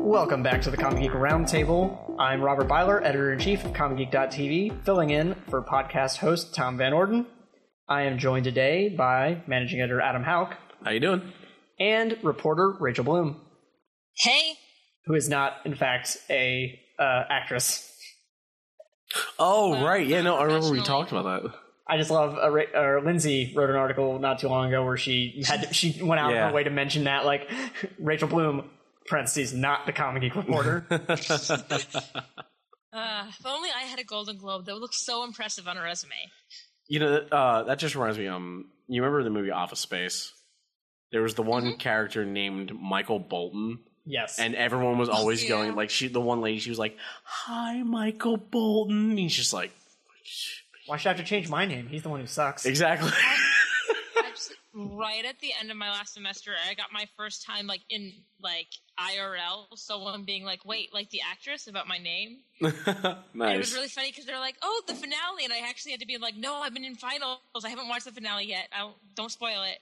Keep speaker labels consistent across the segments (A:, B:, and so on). A: Welcome back to the Comic Geek Roundtable. I'm Robert Byler, editor in chief of ComicGeek.tv, filling in for podcast host Tom Van Orden. I am joined today by managing editor Adam Hauk
B: How you doing?
A: and reporter Rachel Bloom,
C: Hey,
A: who is not, in fact, a uh, actress.
B: Oh right, yeah, no, I remember we
C: professionally.
B: talked about that.
A: I just love uh, Ra- or Lindsay wrote an article not too long ago where she had to, she went out of
B: Yeah.
A: her way to mention that like Rachel Bloom parentheses not the comic geek reporter.
C: uh, if only I had a Golden Globe that would look so impressive on a resume.
B: You know, uh, that just reminds me. Um, you remember the movie Office Space? There was the
C: Mm-hmm.
B: one character named Michael Bolton,
A: yes,
B: and everyone was always
C: Yeah.
B: going like she. The one lady, she was like, "Hi, Michael Bolton." And he's just like,
A: why should I have to change my name? He's the one who sucks.
B: exactly.
C: I just- right at the end of my last semester, I got my first time like in like IRL. Someone being like, "Wait, like the actress about my name?" And it was
B: nice.
C: really funny because they're like, "Oh, the finale," and I actually had to be like, "No, I've been in finals. I haven't watched the finale yet. I don't, don't spoil it."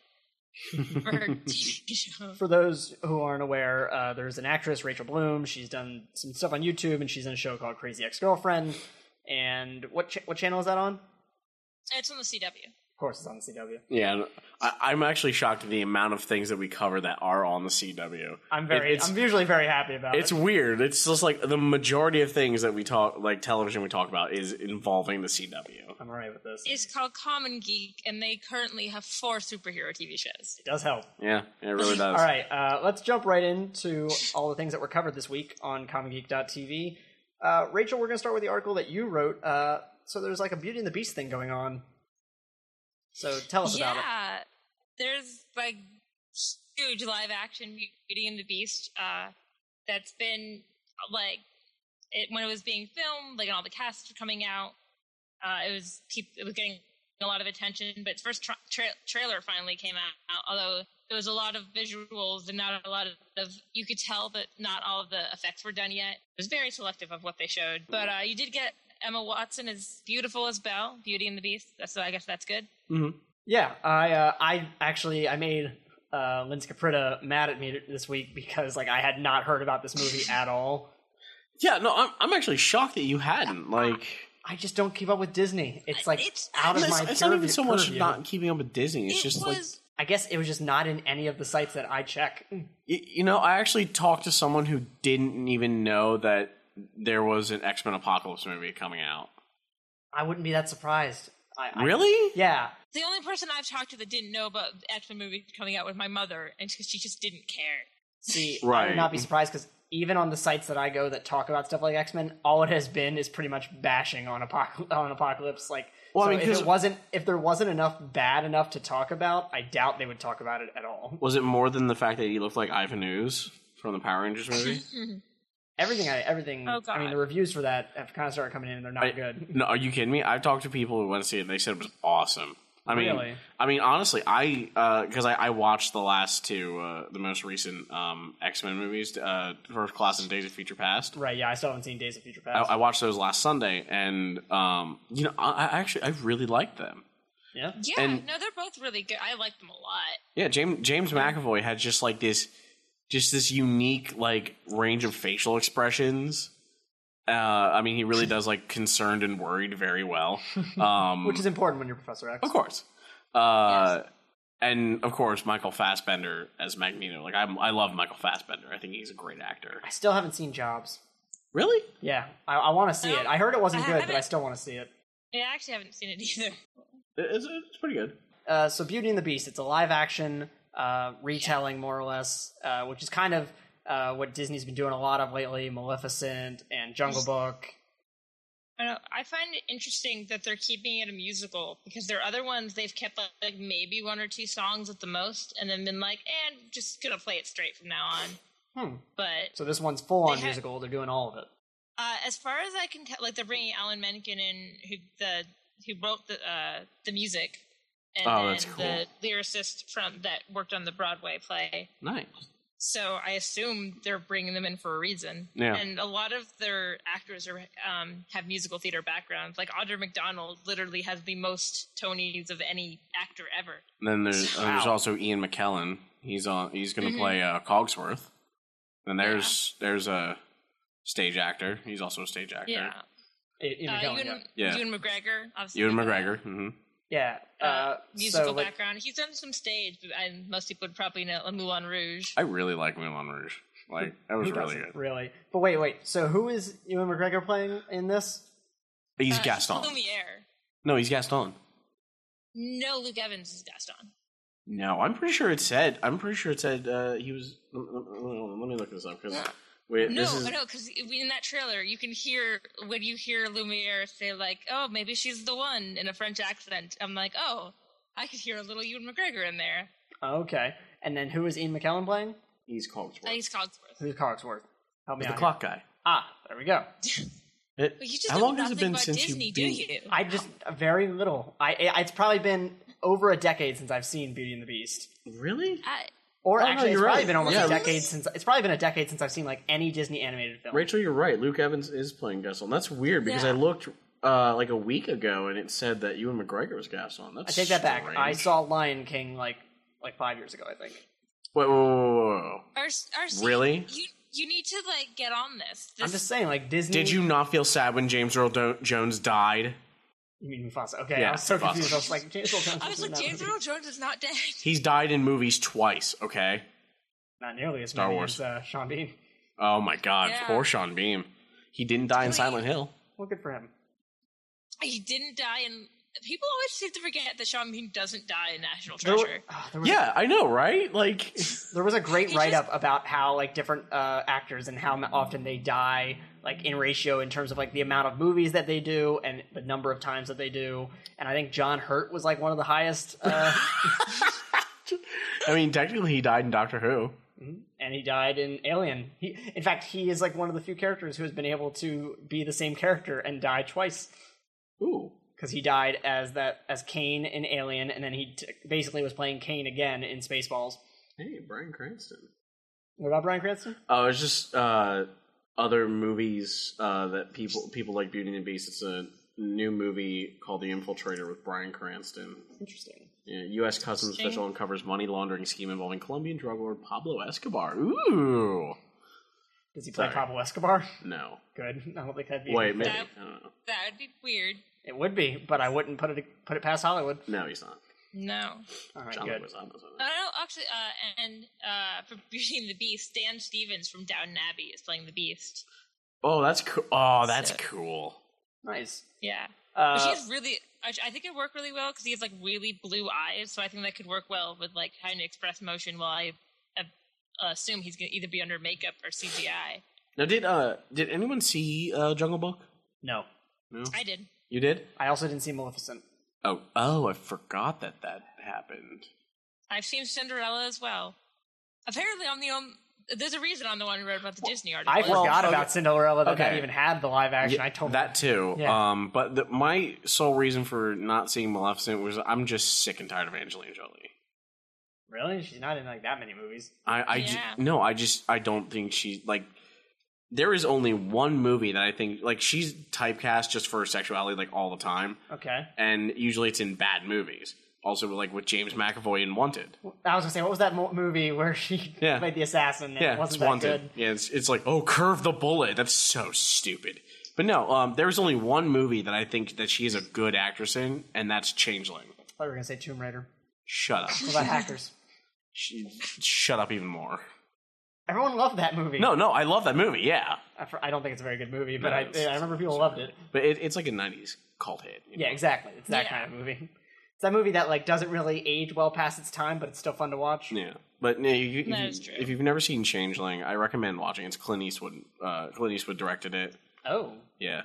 C: For her TV show.
A: For those who aren't aware, uh, there's an actress Rachel Bloom. She's done some stuff on YouTube, and she's in a show called Crazy Ex Girlfriend. And what cha- what channel is that on? Of
C: It's on the CW.
A: course, it's on the CW.
B: yeah, I, I'm actually shocked at the amount of things that we cover that are on the CW.
A: I'm very,
B: it's-
A: I'm usually very happy about
B: It's
A: it.
B: weird. It's just like the majority of things that we talk, like television we talk about, is involving the CW.
A: I'm alright with this.
C: It's called Common Geek, and they currently have four superhero TV shows.
A: It does help.
B: Yeah, it really does.
A: All right, uh, let's jump right into all the things that were covered this week on ComicGeek.tv. Uh, Rachel, we're going to start with the article that you wrote. Uh, so there's like a Beauty and the Beast thing going on. So tell us
C: yeah,
A: about it.
C: there's like huge live action Beauty and the Beast uh, that's been like it, when it was being filmed, like and all the casts were coming out. Uh, it was keep it was getting a lot of attention, but its first tra- tra- trailer finally came out. Although there was a lot of visuals and not a lot of you could tell that not all of the effects were done yet. It was very selective of what they showed, but uh, you did get. Emma Watson as beautiful as Belle, Beauty and the Beast. So I guess that's good.
B: Mm-hmm.
A: Yeah, I uh, I actually I made uh, Lindsay Caprita mad at me this week because like I had not heard about this movie at all.
B: Yeah, no, I'm, I'm actually shocked that you hadn't. Like,
A: I just don't keep up with Disney. It's like
C: It's-
A: out of
B: it's,
A: my
B: it's not even
A: purview-
B: so much
A: purview.
B: not keeping up with Disney. It's
C: it
B: just like,
C: was
A: I guess it was just not in any of the sites that I check.
B: y- you know, I actually talked to someone who didn't even know that there was an X Men Apocalypse movie coming out.
A: I wouldn't be that surprised. I, I-
B: Really?
A: yeah.
C: the only person I've talked to that didn't know about the X Men movie coming out was my mother, and she, she just didn't care.
A: See, I would
B: Right.
A: not be surprised because even on the sites that I go that talk about stuff like X Men, all it has been is pretty much bashing on, apoc- on Apocalypse. Like,
B: Well, I
A: so
B: mean,
A: if
B: 'cause-
A: it wasn't if there wasn't enough bad enough to talk about, I doubt they would talk about it at all.
B: Was it more than the fact that he looked like Ivan Ooze from the Power Rangers movie?
A: Everything, I everything.
C: Oh,
A: I mean,
C: God.
A: the reviews for that have kind of started coming in, and they're not
B: I-
A: good.
B: No, are you kidding me? I've talked to people who went to see it. and They said it was awesome. I mean,
A: Really?
B: I mean, honestly, I because I, I watched the last two, uh, the most recent um, X Men movies, uh, First Class and Days of Future Past.
A: Right? Yeah, I still haven't seen Days of Future
B: I,
A: Past.
B: I watched those last Sunday, and um, you know, I, I actually I really liked them.
A: yeah.
C: Yeah,
B: And-
C: no, they're both really good. I like them a lot.
B: Yeah, James James McAvoy had just like this, just this unique like range of facial expressions. Uh, I mean, he really does like concerned and worried very well. Um,
A: Which is important when you're Professor X.
B: Of course. Uh, And of course, Michael Fassbender as Magneto. Like I'm, I love Michael Fassbender. I think he's a great actor.
A: I still haven't seen Jobs.
B: Really?
A: Yeah, I, I want to see
C: No,
A: it. I heard it wasn't
C: I
A: good, but
C: haven't.
A: I still want to see it.
C: Yeah, I actually haven't seen it either.
B: It's, it's pretty good.
A: uh, so Beauty and the Beast. It's a live action uh, retelling, more or less, uh, which is kind of uh, what Disney's been doing a lot of lately. Maleficent and Jungle Book.
C: I, don't, I find it interesting that they're keeping it a musical because their other ones they've kept like, like maybe one or two songs at the most, and then been like, "And just gonna play it straight from now on."
A: Hmm.
C: But
A: So this one's full on
C: They had-
A: musical. They're doing all of it.
C: Uh, as far as I can tell, like they're bringing Alan Menken in, who the who wrote the uh, the music, and
B: Oh,
C: then
B: that's cool.
C: the lyricist from that worked on the Broadway play.
B: Nice.
C: So I assume they're bringing them in for a reason.
B: Yeah.
C: And a lot of their actors are um, have musical theater backgrounds. Like Audra McDonald literally has the most Tonys of any actor ever.
B: And then there's uh, there's
A: Wow.
B: also Ian McKellen. He's on. He's going to play uh, Cogsworth. And there's there's a stage actor. He's also a stage actor.
C: Yeah.
A: E- Ian
C: Uh,
A: McKellen,
C: Ewan,
A: yeah.
B: Yeah.
C: Ewan McGregor, obviously.
B: Ewan McGregor. hmm
A: Yeah. Uh,
C: Uh, musical
A: so, like,
C: background. He's done some stage, but and most people would probably know Le Moulin Rouge.
B: I really like Moulin Rouge. Like that was
A: who
B: really
A: doesn't,
B: good.
A: Really. But wait, wait. So who is Ewan McGregor playing in this?
B: He's
C: Uh,
B: Gaston.
C: Lumiere.
B: No, he's Gaston.
C: No, Luke Evans is Gaston.
B: No, I'm pretty sure it said. I'm pretty sure it said uh, he was. l- l- l- Let me look this up because wait,
C: No,
B: this is
C: no, because in that trailer, you can hear when you hear Lumiere say like, "Oh, maybe she's the one" in a French accent. I'm like, "Oh, I could hear a little Ewan McGregor in there."
A: Okay. And then who is Ian McKellen playing?
B: he's Cogsworth.
C: Uh, he's Cogsworth.
A: Who's Cogsworth? Help me
B: the
A: out. here.
B: clock guy.
A: Ah, there we go.
B: It-
C: But you just
B: how
C: know
B: long has it
C: nothing
B: been
C: about
B: since
C: Disney,
B: you
C: do
B: beat?
C: you?
A: I just very little. I I- it's probably been over a decade since I've seen Beauty and the Beast.
B: Really?
C: I,
A: Or
B: Oh, no,
A: actually, it's
B: you're
A: probably
B: right.
A: been almost
B: Yeah.
A: a decade since it's probably been a decade since I've seen like any Disney animated film.
B: Rachel, you're right. Luke Evans is playing Gaston. That's weird because
C: Yeah.
B: I looked uh, like a week ago and it said that Ewan McGregor was Gaston.
A: I
B: That's
A: take that back. I
B: strange.
A: saw Lion King like like five years ago, I think.
B: Wait, whoa, whoa, whoa, whoa.
C: our, our,
B: Really?
C: You you need to like get on this.
A: I'm
C: This
A: just saying, like Disney.
B: Did you not feel sad when James Earl Do- Jones died?
A: You mean Mufasa? Okay,
B: Yeah,
A: I was so
B: Mufasa.
A: confused. I was like, James Earl Jones.
C: I
A: in
C: was like,
A: that
C: James
A: movie.
C: Earl Jones is not dead.
B: He's died in movies twice. Okay.
A: Not nearly as
B: Star
A: many
B: Wars.
A: as uh, Sean Bean.
B: Oh my God!
C: Yeah.
B: Poor Sean Beam. He didn't die in
C: Wait.
B: Silent Hill.
A: Well, good for him.
C: He didn't die, and people always seem to forget that Sean Bean doesn't die in National
A: There,
C: Treasure.
A: ah, there was,
B: Yeah, I know, right? Like,
A: there was a great
C: He
A: write up about how like different uh, actors and how m- often they die, like in ratio in terms of like the amount of movies that they do and the number of times that they do. And I think John Hurt was like one of the highest, uh,
B: I mean, technically, he died in Doctor Who.
A: and he died in Alien. He, in fact, he is like one of the few characters who has been able to be the same character and die twice.
B: Ooh,
A: because he died as that as Kane in Alien, and then he t- basically was playing Kane again in Spaceballs.
B: hey, Brian Cranston.
A: What about Brian Cranston?
B: Oh, it's just uh, other movies uh, that people people like Beauty and the Beast. It's a new movie called The Infiltrator with Brian Cranston.
A: Interesting.
B: Yeah, U.S. Customs
C: Interesting.
B: official uncovers money laundering scheme involving Colombian drug lord Pablo Escobar. Ooh,
A: Does he play
B: Sorry.
A: Pablo Escobar?
B: no,
A: Good. I don't think that'd be.
B: wait, maybe
C: That-
B: I don't know.
C: That would be weird.
A: It would be, but I wouldn't put it put it past Hollywood.
B: No, he's not.
C: No.
A: All right,
B: John
A: good.
B: was on this one.
C: No, no, actually, uh, and uh, for Beauty and the Beast, Dan Stevens from Downton Abbey is playing the Beast.
B: Oh, that's cool. Oh, that's
C: So-
B: cool.
A: Nice.
C: Yeah, but
A: Uh,
C: she has really. I I think it worked really well because he has like really blue eyes, so I think that could work well with like how to express motion. While I uh, assume he's going to either be under makeup or CGI.
B: Now, did uh, did anyone see uh, Jungle Book?
A: no,
B: No,
C: I did.
B: you did.
A: I also didn't see Maleficent.
B: Oh, oh, I forgot that that happened.
C: I've seen Cinderella as well. Apparently, I'm the only. There's a reason I'm the one who wrote about the Disney article.
A: I
B: Well,
A: forgot
B: okay.
A: about Cinderella that that
B: Okay.
A: even had the live action.
B: Yeah,
A: I told
B: that too.
A: Yeah.
B: Um, but the, my sole reason for not seeing Maleficent was I'm just sick and tired of Angelina Jolie.
A: Really, she's not in like that many movies.
B: I, I ju-
C: Yeah.
B: no, I just I don't think she like. There is only one movie that I think like she's typecast just for her sexuality like all the time,
A: Okay.
B: and usually it's in bad movies. Also, like with James McAvoy in Wanted.
A: I was gonna say, what was that mo- movie where she
B: Yeah.
A: played the assassin? And
B: Yeah,
A: it wasn't
B: it's
A: that
B: wanted.
A: good.
B: Yeah, it's, it's like oh, curve the bullet. That's so stupid. But no, um, there's only one movie that I think that she is a good actress in, and that's Changeling.
A: I thought we were gonna say Tomb Raider.
B: Shut up.
A: What about Hackers?
B: Sh- shut up even more.
A: Everyone loved that movie.
B: No, no, I love that movie. Yeah,
A: I fr- I don't think it's a very good movie, but
B: No,
A: I,
B: it's-
A: I remember people loved it.
B: but it, it's like a '90s cult hit. you
A: Yeah,
B: know?
A: exactly. It's that
C: Yeah.
A: kind of movie. It's that movie that like doesn't really age well past its time, but it's still fun to watch.
B: Yeah, but no, you,
C: That
B: if,
C: is
B: you,
C: true.
B: if you've never seen Changeling, I recommend watching. It's Clint Eastwood. Uh, Clint Eastwood directed it.
A: Oh,
B: Yeah,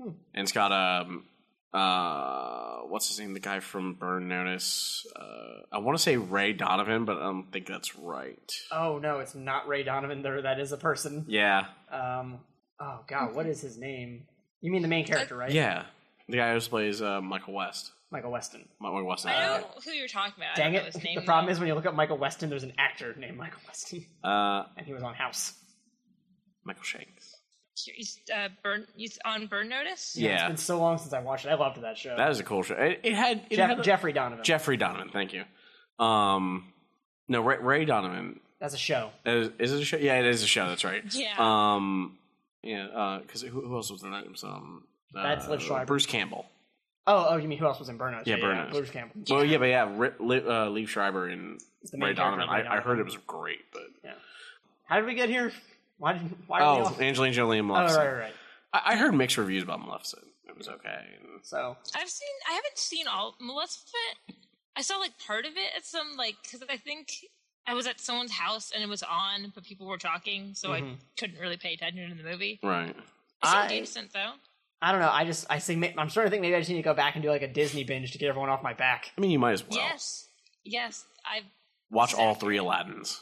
A: Hmm.
B: and it's got um uh what's his name? The guy from Burn Notice. Uh, I want to say Ray Donovan, but I don't think that's right.
A: oh no, it's not Ray Donovan. There, that is a person.
B: Yeah,
A: Um, oh god, what is his name? You mean the main character, right?
B: yeah, the guy who plays uh, Michael West.
A: Michael Weston.
B: Michael West.
C: I know who you're talking about. I
A: Dang
C: don't know
A: it!
C: his name,
A: The problem
C: though.
A: is when you look up Michael Weston, there's an actor named Michael Weston,
B: Uh,
A: and he was on House.
B: Michael Shanks.
C: he's uh, burn. He's on burn notice.
B: Yeah.
A: it's been so long since I watched it. I loved that show.
B: That is a cool show. It, it had, it
A: Jeff-
B: had a-
A: Jeffrey Donovan.
B: Jeffrey Donovan. Thank you. Um, no, Ray, Ray Donovan
A: That's a show.
B: Is, is it a show? Yeah, it is a show. That's right.
C: Yeah.
B: Um, yeah, because who, who else was in that? It was, Um, uh,
A: That's Liv Schreiber.
B: Bruce Campbell.
A: Oh, oh, you mean who else was in Burnout?
B: Yeah,
A: yeah,
B: Burnout.
A: Bruce Campbell.
B: Well, yeah, but yeah, Ri- Li- uh, Lee Schreiber and
A: It's the main
B: Ray
A: character
B: Donovan.
A: of Ray
B: I, I
A: Donovan.
B: heard it was great, but
A: How did we get here? Why? Did, why are we
B: oh,
A: off?
B: Angelina Jolie and
A: Oh, right,
B: Maleficent.
A: right, right.
B: I, I heard mixed reviews about Maleficent. It was okay.
A: So
C: I've seen. I haven't seen all Maleficent. I saw like part of it at some like because I think I was at someone's house and it was on, but people were talking, so I
B: Mm-hmm.
A: Mhm.
C: couldn't really pay attention to the movie.
B: Right.
C: It seemed
A: I-
C: decent though.
A: I don't know. I just I think I'm starting to think maybe I just need to go back and do like a Disney binge to get everyone off my back.
B: I mean, you might as well
C: Yes, yes. I
B: watch all three Aladdins.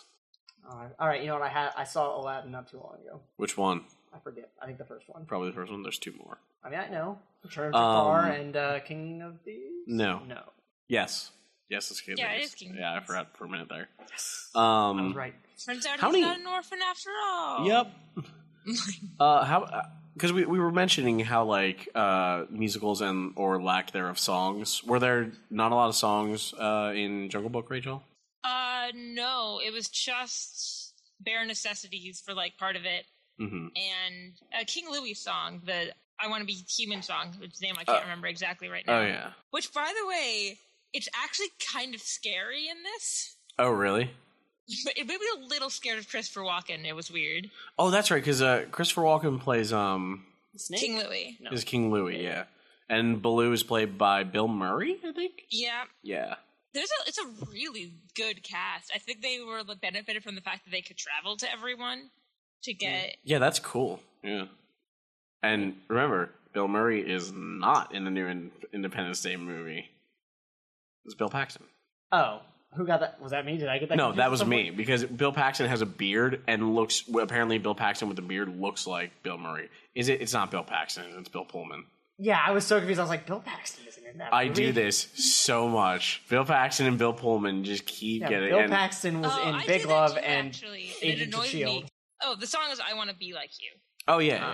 A: All right, Uh, all right. You know what? I had I saw Aladdin not too long ago.
B: Which one?
A: I forget. I think the first one.
B: Probably the first one. There's two more.
A: I mean, I know Return of
B: Um,
A: Jafar and uh, King of Thieves.
B: No.
A: no,
B: Yes. Yes, it's King of
C: Yeah, it
B: Thieves.
C: is King of
B: Yeah, I
C: Thieves.
B: forgot for a minute there.
A: I was
B: Um,
A: right.
C: turns out
B: How
C: he's
B: many-
C: not an orphan after all.
B: Yep. uh, how? Because we we were mentioning how like uh, musicals and or lack thereof songs. Were there not a lot of songs uh, in Jungle Book, Rachel?
C: Uh, no, it was just bare necessities for like part of it,
B: Mm-hmm.
C: and a King Louis song, the "I Want to Be Human" song, which name I can't
B: Uh,
C: remember exactly right now.
B: Oh yeah.
C: Which, by the way, it's actually kind of scary in this.
B: Oh really?
C: But it made me a little scared of Christopher Walken. It was weird.
B: Oh, that's right. Because uh, Christopher Walken plays um
A: Snake.
C: King Louis.
A: no.
B: is King Louie, yeah, and Baloo is played by Bill Murray, I think.
C: Yeah,
B: Yeah.
C: there's a. It's a really good cast. I think they were like, benefited from the fact that they could travel to everyone to get.
B: Yeah, that's cool. Yeah. And remember, Bill Murray is not in the new in- Independence Day movie. It's Bill Paxton.
A: Oh, who got that? Was that me? Did I get that?
B: no,
A: confused
B: that
A: at
B: was
A: some
B: me
A: point?
B: because Bill Paxton has a beard and looks. Well, apparently, Bill Paxton with the beard looks like Bill Murray. Is it? It's not Bill Paxton. It's Bill Pullman.
A: Yeah, I was so confused. I was like, Bill Paxton isn't in that.
B: I
A: movie.
B: do this so much. Bill Paxton and Bill Pullman just keep
A: Yeah,
B: getting.
A: Bill
B: and-
A: Paxton was
C: oh,
A: in
C: I do
A: Big
C: that
A: Love
C: too,
A: and
C: actually. It
A: Agents of
C: annoys me.
A: Shield.
C: Oh, the song is "I Want to Be Like You."
B: oh yeah,
A: Uh-huh.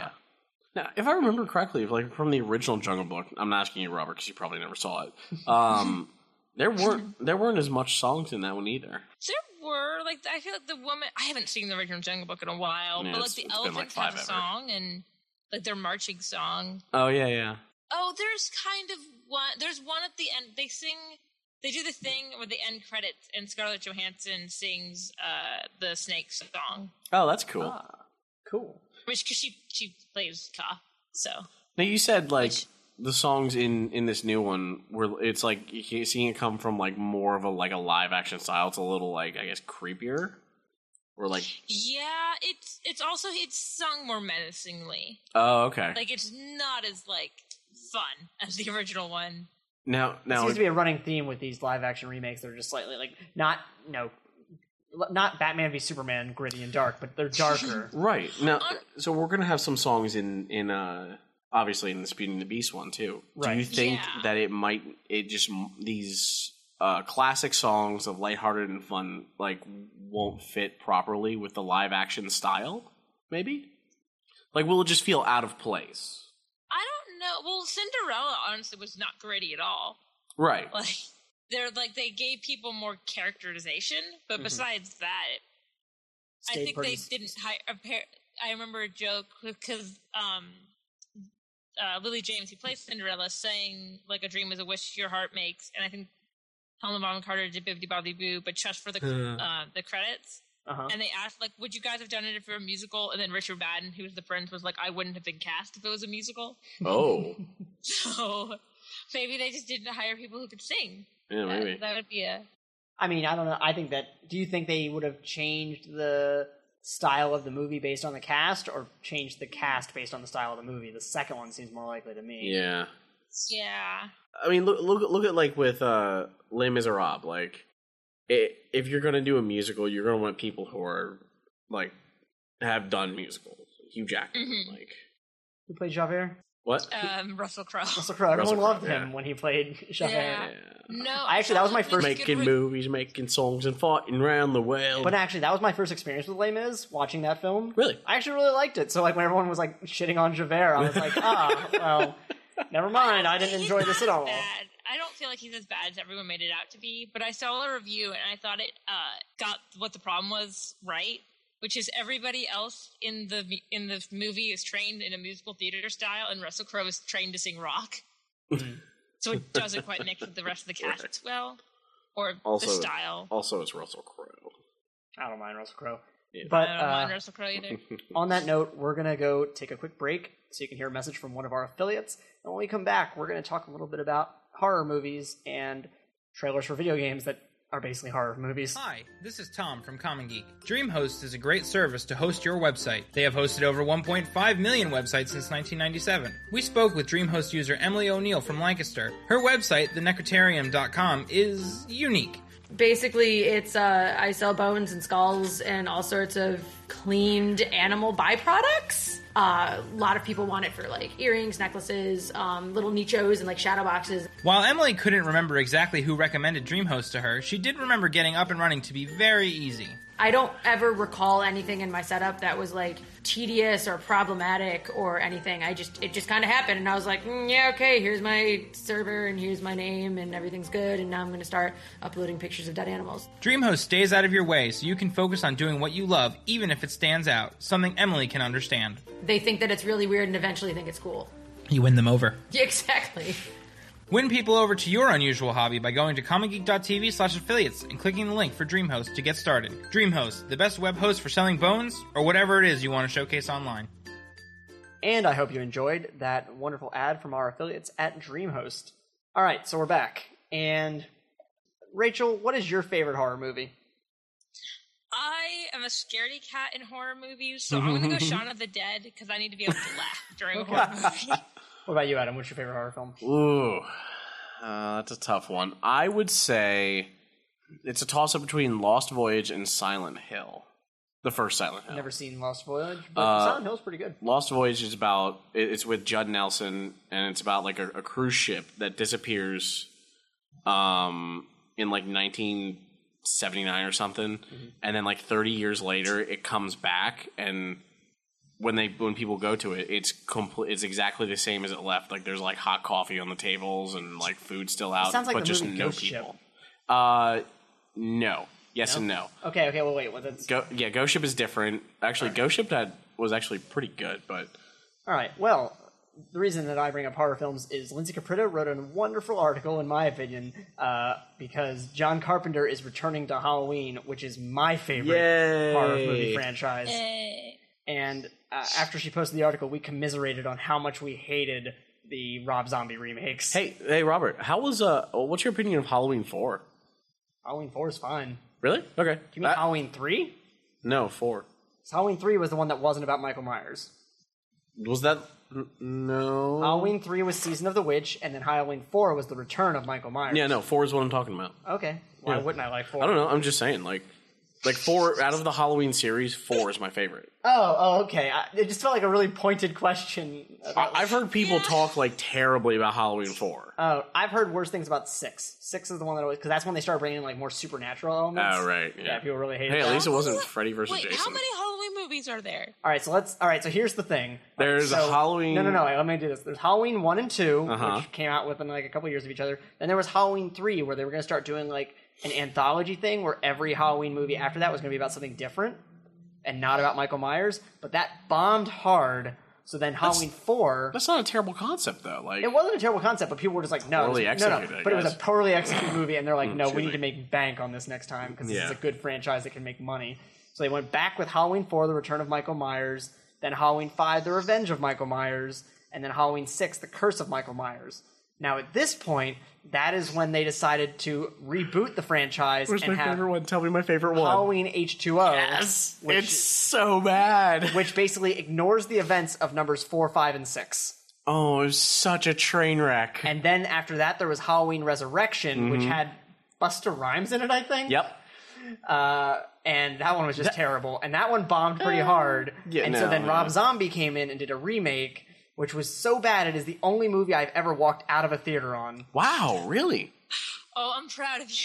B: yeah. Now, if I remember correctly, like from the original Jungle Book, I'm not asking you, Robert, because you probably never saw it. Um, there weren't there weren't as much songs in that one either.
C: There were like I feel like the woman I haven't seen the original Jungle Book in a while,
B: Yeah,
C: but like
B: it's-
C: the
B: it's been, like,
C: elephants
B: five
C: have a
B: ever.
C: song and like their marching song.
B: Oh yeah, yeah.
C: Oh, there's kind of one. There's one at the end. They sing. They do the thing with the end credits, and Scarlett Johansson sings uh, the snake song,
B: Oh, that's cool.
A: Ah, cool.
C: which because she she plays Ka. So
B: Now you said like
C: Which-
B: the songs in in this new one were it's like you- seeing it come from like more of a like a live action style. It's a little like I guess creepier or like
C: yeah, it's it's also it's sung more menacingly.
B: oh okay.
C: Like it's not as like fun as the original one.
B: now
A: Now,
B: now
A: seems to be a running theme with these live action remakes. They're just slightly like not no, not Batman v Superman gritty and dark, but they're darker.
B: right now
C: On-
B: so we're gonna have some songs in in uh obviously in the Beauty and the Beast one too. Do you
A: Right.
B: think
C: Yeah.
B: that it might it just m- these uh classic songs of lighthearted and fun like won't fit properly with the live action style? Maybe. Like will it just feel out of place?
C: I don't know. Well, Cinderella honestly was not gritty at all.
B: Right.
C: Like they're like they gave people more characterization, but
A: Mhm.
C: besides that, I
A: Stayed
C: think
A: pretty
C: they
A: s-
C: didn't hire. Appa- I remember a joke because um, uh, Lily James, who plays Cinderella, sang like a dream is a wish your heart makes, and I think Helen Bonham Carter did Bibbidi Bobbidi Boo, but just for the
B: Uh.
C: uh, the credits.
A: Uh-huh.
C: And they asked, like, would you guys have done it if it were a musical? And then Richard Madden, who was the prince, was like, I wouldn't have been cast if it was a musical.
B: Oh.
C: So maybe they just didn't hire people who could sing.
A: Oh,
B: Yeah, maybe.
C: That, that would be a.
A: I mean, I don't know. I think that. Do you think they would have changed the style of the movie based on the cast, or changed the cast based on the style of the movie? The second one seems more likely to me.
B: Yeah.
C: Yeah.
B: I mean, look look look at like with uh Les Miserables, like i if you're going to do a musical, you're going to want people who are like have done musicals. Hugh Jackman,
C: Mhm.
B: like
A: Who played Javert?
B: what?
C: Um, Russell Crowe.
A: Russell Crowe. Everyone
B: Russell Crowe,
A: loved him
B: yeah.
A: when he played Javert.
C: Yeah. No.
A: I actually- that was my
C: thought
A: first-
C: they
B: Making
C: could re-
B: movies, making songs, and fighting around the world.
A: But actually, that was my first experience with Les Mis, watching that film.
B: really,
A: I actually really liked it. So like when everyone was like shitting on Javert, I was like, ah, well, never mind. I didn't
C: He's
A: enjoy this at
C: not
A: all.
C: Bad. I don't feel like he's as bad as everyone made it out to be, but I saw a review and I thought it uh, got what the problem was right, which is everybody else in the in the movie is trained in a musical theater style, and Russell Crowe is trained to sing rock, so it doesn't quite mix with the rest of the cast
B: Right.
C: well, or
B: Also-
C: the style.
B: Also, it's Russell Crowe.
A: I don't mind Russell Crowe.
B: Yeah.
A: But
C: I don't mind
A: uh,
C: Russell Crowe either.
A: on that note, we're going to go take a quick break so you can hear a message from one of our affiliates. And when we come back, we're going to talk a little bit about horror movies and trailers for video games that are basically horror movies.
D: Hi, this is Tom from Common Geek. DreamHost is a great service to host your website. They have hosted over 1.5 million websites since 1997. We spoke with DreamHost user Emily O'Neill from Lancaster. Her website, thenecrotarium.com, is unique.
E: Basically, it's uh, I sell bones and skulls and all sorts of cleaned animal byproducts. Uh, a lot of people want it for like earrings, necklaces, um, little nichos, and like shadow boxes.
D: While Emily couldn't remember exactly who recommended DreamHost to her, she did remember getting up and running to be very easy.
E: I don't ever recall anything in my setup that was like tedious or problematic or anything. I just it just kind of happened, and I was like, mm, yeah, okay, here's my server and here's my name and everything's good, and now I'm going to start uploading pictures of dead animals.
D: DreamHost stays out of your way so you can focus on doing what you love even if it stands out, something Emily can understand.
E: They think that it's really weird and eventually think it's cool.
D: You win them over.
E: Yeah, exactly.
D: Win people over to your unusual hobby by going to comicgeek.tv slash affiliates and clicking the link for DreamHost to get started. DreamHost, the best web host for selling bones or whatever it is you want to showcase online.
A: And I hope you enjoyed that wonderful ad from our affiliates at DreamHost. All right, so we're back. And Rachel, what is your favorite horror movie?
C: I am a scaredy cat in horror movies, so I'm gonna go Shaun of the Dead because I need to be able to laugh during a horror movie.
A: What about you, Adam? What's your favorite horror film?
B: Ooh, uh, that's a tough one. I would say it's a toss up between Lost Voyage and Silent Hill. The first Silent Hill.
A: Never seen Lost Voyage, but
B: Uh,
A: Silent Hill's pretty good.
B: Lost Voyage is about it- it's with Judd Nelson and it's about like a, a cruise ship that disappears um in like 1979 or something
A: Mm-hmm.
B: and then like 30 years later it comes back and when they when people go to it it's complete it's exactly the same as it left like there's like hot coffee on the tables and like food still out
A: sounds like
B: but
A: the
B: just
A: movie
B: no
A: Ghost Ship.
B: people. Uh no. Yes and no.
A: Okay, okay, well, wait, well, that's
B: Go, yeah, Ghost Ship is different. Actually, Ghost Ship had, was actually pretty good, but
A: All right. Well, the reason that I bring up horror films is Lindsay Caprito wrote a wonderful article, in my opinion, uh, because John Carpenter is returning to Halloween, which is my favorite
B: Yay.
A: horror movie franchise.
C: Eh,
A: And uh, after she posted the article, we commiserated on how much we hated the Rob Zombie remakes.
B: Hey, hey, Robert. How was uh? What's your opinion of Halloween four?
A: Halloween four is fine.
B: Really? Okay.
A: You mean
B: That-
A: Halloween three?
B: no four.
A: Halloween three was the one that wasn't about Michael Myers.
B: Was that n- no?
A: Halloween three was Season of the Witch, and then Halloween four was the return of Michael Myers.
B: yeah, no four is what I'm talking about.
A: Okay. Why wouldn't I like four?
B: I don't know. I'm just saying, like, like four out of the Halloween series, four is my favorite.
A: Oh, oh, okay. I, it just felt like a really pointed question. About,
B: I, I've heard people talk like terribly about Halloween four.
A: oh, I've heard worse things about six. Six is the one that always because that's when they started bringing in like more supernatural elements.
B: Oh, right,
A: Yeah,
B: yeah.
A: people really hate
B: Hey,
A: that.
B: at least it wasn't Freddy versus
C: wait, how
B: Jason.
C: many Halloween movies are there?
A: all right, so let's. All right, so here's the thing.
B: There's a
A: So-
B: Halloween-
A: No, no, no. wait, Let me do this. There's Halloween one and 2
B: Uh-huh.
A: which came out within like a couple years of each other. Then there was Halloween three, where they were going to start doing like an anthology thing, where every Halloween movie after that was going to be about something different and not about Michael Myers. But that bombed hard. So then Halloween four.
B: That's not a terrible concept though. Like,
A: It wasn't a terrible concept, but people were just like, no,
B: Poorly
A: it's- no, no.
B: executed, I
A: But it was a
B: guess.
A: poorly executed movie, and they're like, no, we
B: excuse
A: need to
B: me.
A: make bank on this next time because this
B: Yeah.
A: is a good franchise that can make money. So they went back with Halloween Four: The Return of Michael Myers, then Halloween Five: The Revenge of Michael Myers, and then Halloween Six: The Curse of Michael Myers. Now at this point, that is when they decided to reboot the franchise
B: where's
A: and
B: my
A: have
B: favorite one? Tell me my favorite one.
A: Halloween H two O,
B: Yes, it's so bad.
A: which basically ignores the events of numbers four, five, and six.
B: Oh, it was such a train wreck.
A: And then after that, there was Halloween Resurrection, which had Buster Rhymes in it, I think.
B: Mm-hmm. yep.
A: Uh, and that one was just terrible. And that one bombed pretty hard.
B: Uh, yeah,
A: and
B: no,
A: so then Rob
B: yeah.
A: Zombie came in and did a remake, which was so bad it is the only movie I've ever walked out of a theater on.
B: Wow, really?
C: Oh, I'm proud of you.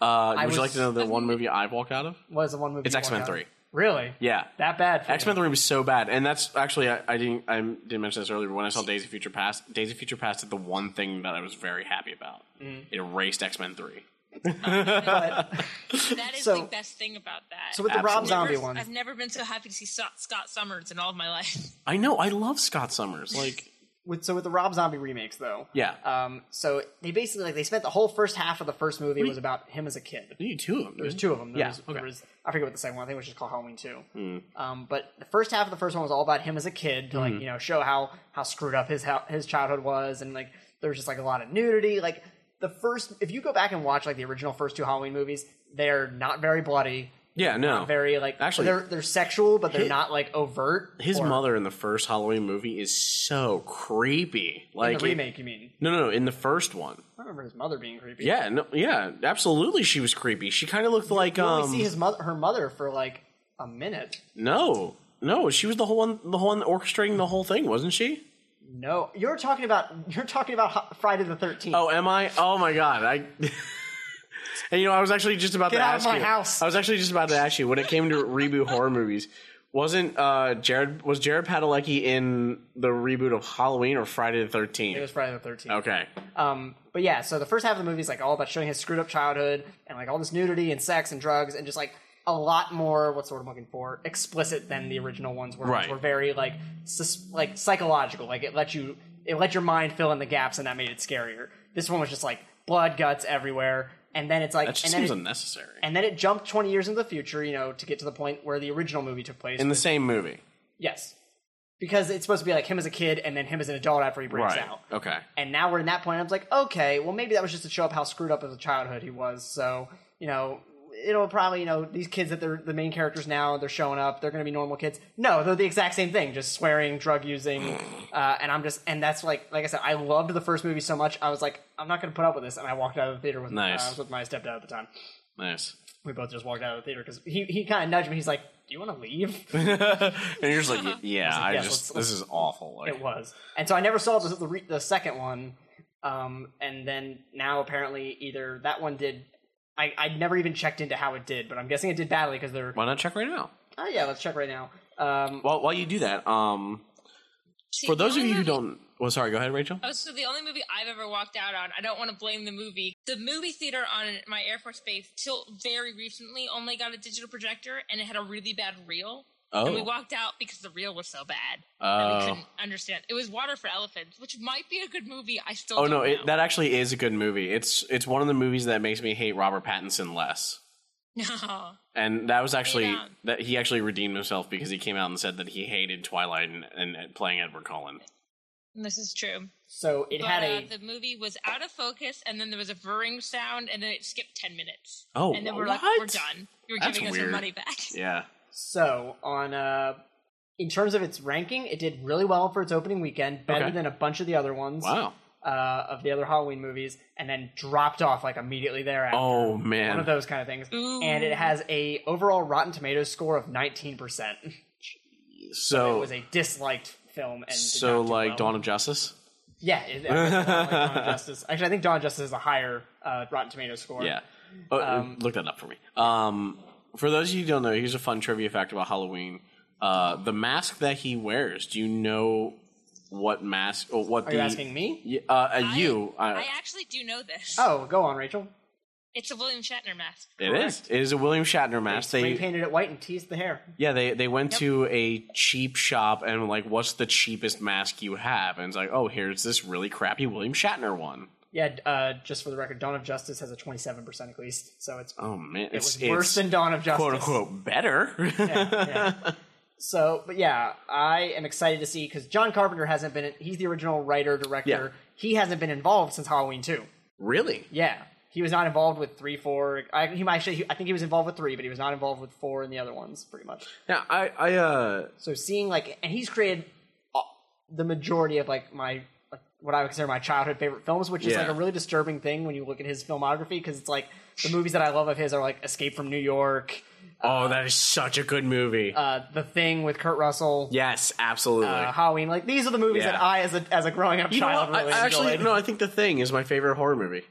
B: Uh, would you
A: was-
B: like to know the one movie I've walked out of?
A: Was the one movie
B: It's
A: you
B: X Men
A: walked out
B: Three.
A: of? Really?
B: Yeah.
A: That bad? For
B: X Men
A: you?
B: Three was so bad, and that's actually I, I didn't I didn't mention this earlier. But when I saw Days of Future Past, Days of Future Past did the one thing that I was very happy about. It erased X Men Three.
C: That is
A: So-
C: the best thing about that.
A: So with the Rob
B: Absolutely.
A: Zombie
C: Never-
A: one,
C: I've never been so happy to see So- Scott Summers in all of my life.
B: I know I love Scott Summers. Like uh,
A: with so with the Rob Zombie remakes though.
B: yeah,
A: Um. So they basically like they spent the whole first half of the first movie was about him as a kid.
B: you need two of them.
A: There's
B: dude.
A: two of them. There
B: Yeah,
A: was,
B: okay.
A: there was, I forget what the second one. I think it was just called Halloween Two.
B: Hmm.
A: Um, but the first half of the first one was all about him as a kid to
B: Hmm.
A: like you know show how how screwed up his hou- his childhood was, and like there was just like a lot of nudity. Like the first, if you go back and watch like the original first two Halloween movies, they're not very bloody,
B: Yeah, no.
A: very like
B: Actually-
A: they're they're sexual, but they're not like overt.
B: His
A: or-
B: mother in the first Halloween movie is so creepy. Like
A: in the
B: it-
A: remake, you mean?
B: No, no, no. In the first one.
A: I remember his mother being creepy.
B: Yeah, no, yeah, absolutely. She was creepy. She kind of looked like
A: you
B: um.
A: only see his mother, her mother, for like a minute.
B: no, no. She was the whole one. The whole one orchestrating the whole thing, wasn't she?
A: No, you're talking about you're talking about Ho- Friday the Thirteenth.
B: Oh, am I? Oh my god! I. and you know, I was actually just about
A: Get
B: to
A: out of
B: ask
A: my
B: you.
A: house.
B: I was actually just about to ask you when it came to reboot horror movies. Wasn't uh, Jared was Jared Padalecki in the reboot of Halloween or Friday the
A: It was
B: Thirteenth?
A: Friday the Thirteenth.
B: Okay,
A: Um, but yeah, so the first half of the movie is like all about showing his screwed up childhood and like all this nudity and sex and drugs and just like a lot more what's the word I'm looking for explicit than the original ones were. which
B: Right.
A: Were very like sus- like psychological. Like it let you it let your mind fill in the gaps and that made it scarier. This one was just like blood guts everywhere. And then it's like
B: that just
A: and then
B: seems
A: it,
B: unnecessary.
A: and then it jumped 20 years into the future, you know, to get to the point where the original movie took place.
B: in the same movie,
A: yes. Because it's supposed to be like him as a kid and then him as an adult after he breaks out.
B: Okay,
A: And now we're in that point. I was like, okay, well, maybe that was just to show up how screwed up as a childhood he was. So, you know, it'll probably, you know, these kids that they're the main characters now, they're showing up, they're going to be normal kids. No, they're the exact same thing, just swearing, drug using. Uh, and I'm just, and that's like, like I said, I loved the first movie so much. I was like, I'm not going to put up with this. And I walked out of the theater with,
B: Nice.
A: uh, I was with my stepdad at the time.
B: nice.
A: We both just walked out of the theater because he, he kind of nudged me. He's like, do you want to leave?
B: And you're just like, y- yeah, I
A: yes,
B: just
A: let's-
B: this is awful. Like,
A: It was, and so I never saw the the, re- the second one. Um, and then now apparently either that one did. I I never even checked into how it did, but I'm guessing it did badly because they're.
B: why not check right now?
A: Oh yeah, let's check right now. Um,
B: While while you do that, um,
C: See,
B: for
C: the
B: those of
C: only
B: you who
C: movie-
B: don't, well, sorry, go ahead, Rachel.
C: Oh, so the only movie I've ever walked out on, I don't want to blame the movie. The movie theater on my Air Force Base till very recently only got a digital projector and it had a really bad reel. And we
B: Oh,
C: walked out because the reel was so bad. that we
B: oh.
C: couldn't understand. It was Water for Elephants, which might be a good movie. I still
B: Oh
C: don't
B: no,
C: know.
B: it, that actually is a good movie. It's it's one of the movies that makes me hate Robert Pattinson less.
C: no.
B: And that was actually
C: Yeah.
B: that he actually redeemed himself because he came out and said that he hated Twilight and, and, playing Edward Cullen.
C: This is true.
A: so it
C: but,
A: had
C: uh,
A: a.
C: the movie was out of focus, and then there was a whirring sound, and then it skipped ten minutes.
B: Oh,
C: and then we're
B: what?
C: like, we're done. You were
B: That's
C: giving us
B: weird.
C: our money back.
B: Yeah,
A: So on uh, in terms of its ranking, it did really well for its opening weekend, better
B: Okay.
A: than a bunch of the other ones
B: wow.
A: uh, of the other Halloween movies, and then dropped off like immediately thereafter.
B: Oh
A: One of
B: man,
A: those kind of things,
C: Ooh.
A: and it has a overall Rotten Tomatoes score of nineteen percent. it
B: so
A: was a disliked film and did
B: so
A: not do
B: like
A: well.
B: Dawn of Justice.
A: yeah it, I think Dawn, like Dawn of Justice actually I think Dawn of Justice is a higher uh, Rotten Tomato score
B: Yeah, oh,
A: Um,
B: look that up for me. Um, for those of you who don't know, here's a fun trivia fact about Halloween: uh, the mask that he wears. Do you know what mask? Or what
A: are
B: the
A: you asking me
B: Yeah, uh, uh,
C: I-
B: you? I-
C: I actually do know this.
A: oh go on Rachel
C: It's a William Shatner mask.
B: It is. It is a William Shatner mask.
A: they
B: They
A: painted it white and teased the hair
B: yeah they they went to a cheap shop and were like, what's the cheapest mask you have? And it's like, oh, here's this really crappy William Shatner one.
A: yeah uh, just for the record Dawn of Justice has a 27% at least so it's
B: Oh man,
A: it
B: it's,
A: was worse
B: it's
A: than Dawn of Justice
B: quote unquote better.
A: yeah. So, but yeah, I am excited to see because John Carpenter hasn't been. He's the original writer director.
B: Yeah.
A: He hasn't been involved since Halloween two.
B: really?
A: Yeah, he was not involved with three, four. I, he might actually. I think he was involved with three, but he was not involved with four and the other ones, pretty much.
B: Yeah, I I uh
A: So seeing like, and he's created all- the majority of like my like, what I would consider my childhood favorite films, which is
B: Yeah.
A: like a really disturbing thing when you look at his filmography because it's like the movies that I love of his are like Escape from New York,
B: oh that is such a good movie.
A: uh, The Thing with Kurt Russell.
B: yes, absolutely.
A: uh, Halloween. Like these are the movies
B: Yeah.
A: that I, as a as a growing up
B: you know
A: child,
B: what? I,
A: really
B: I actually
A: enjoyed.
B: no, I think the thing is my favorite horror movie.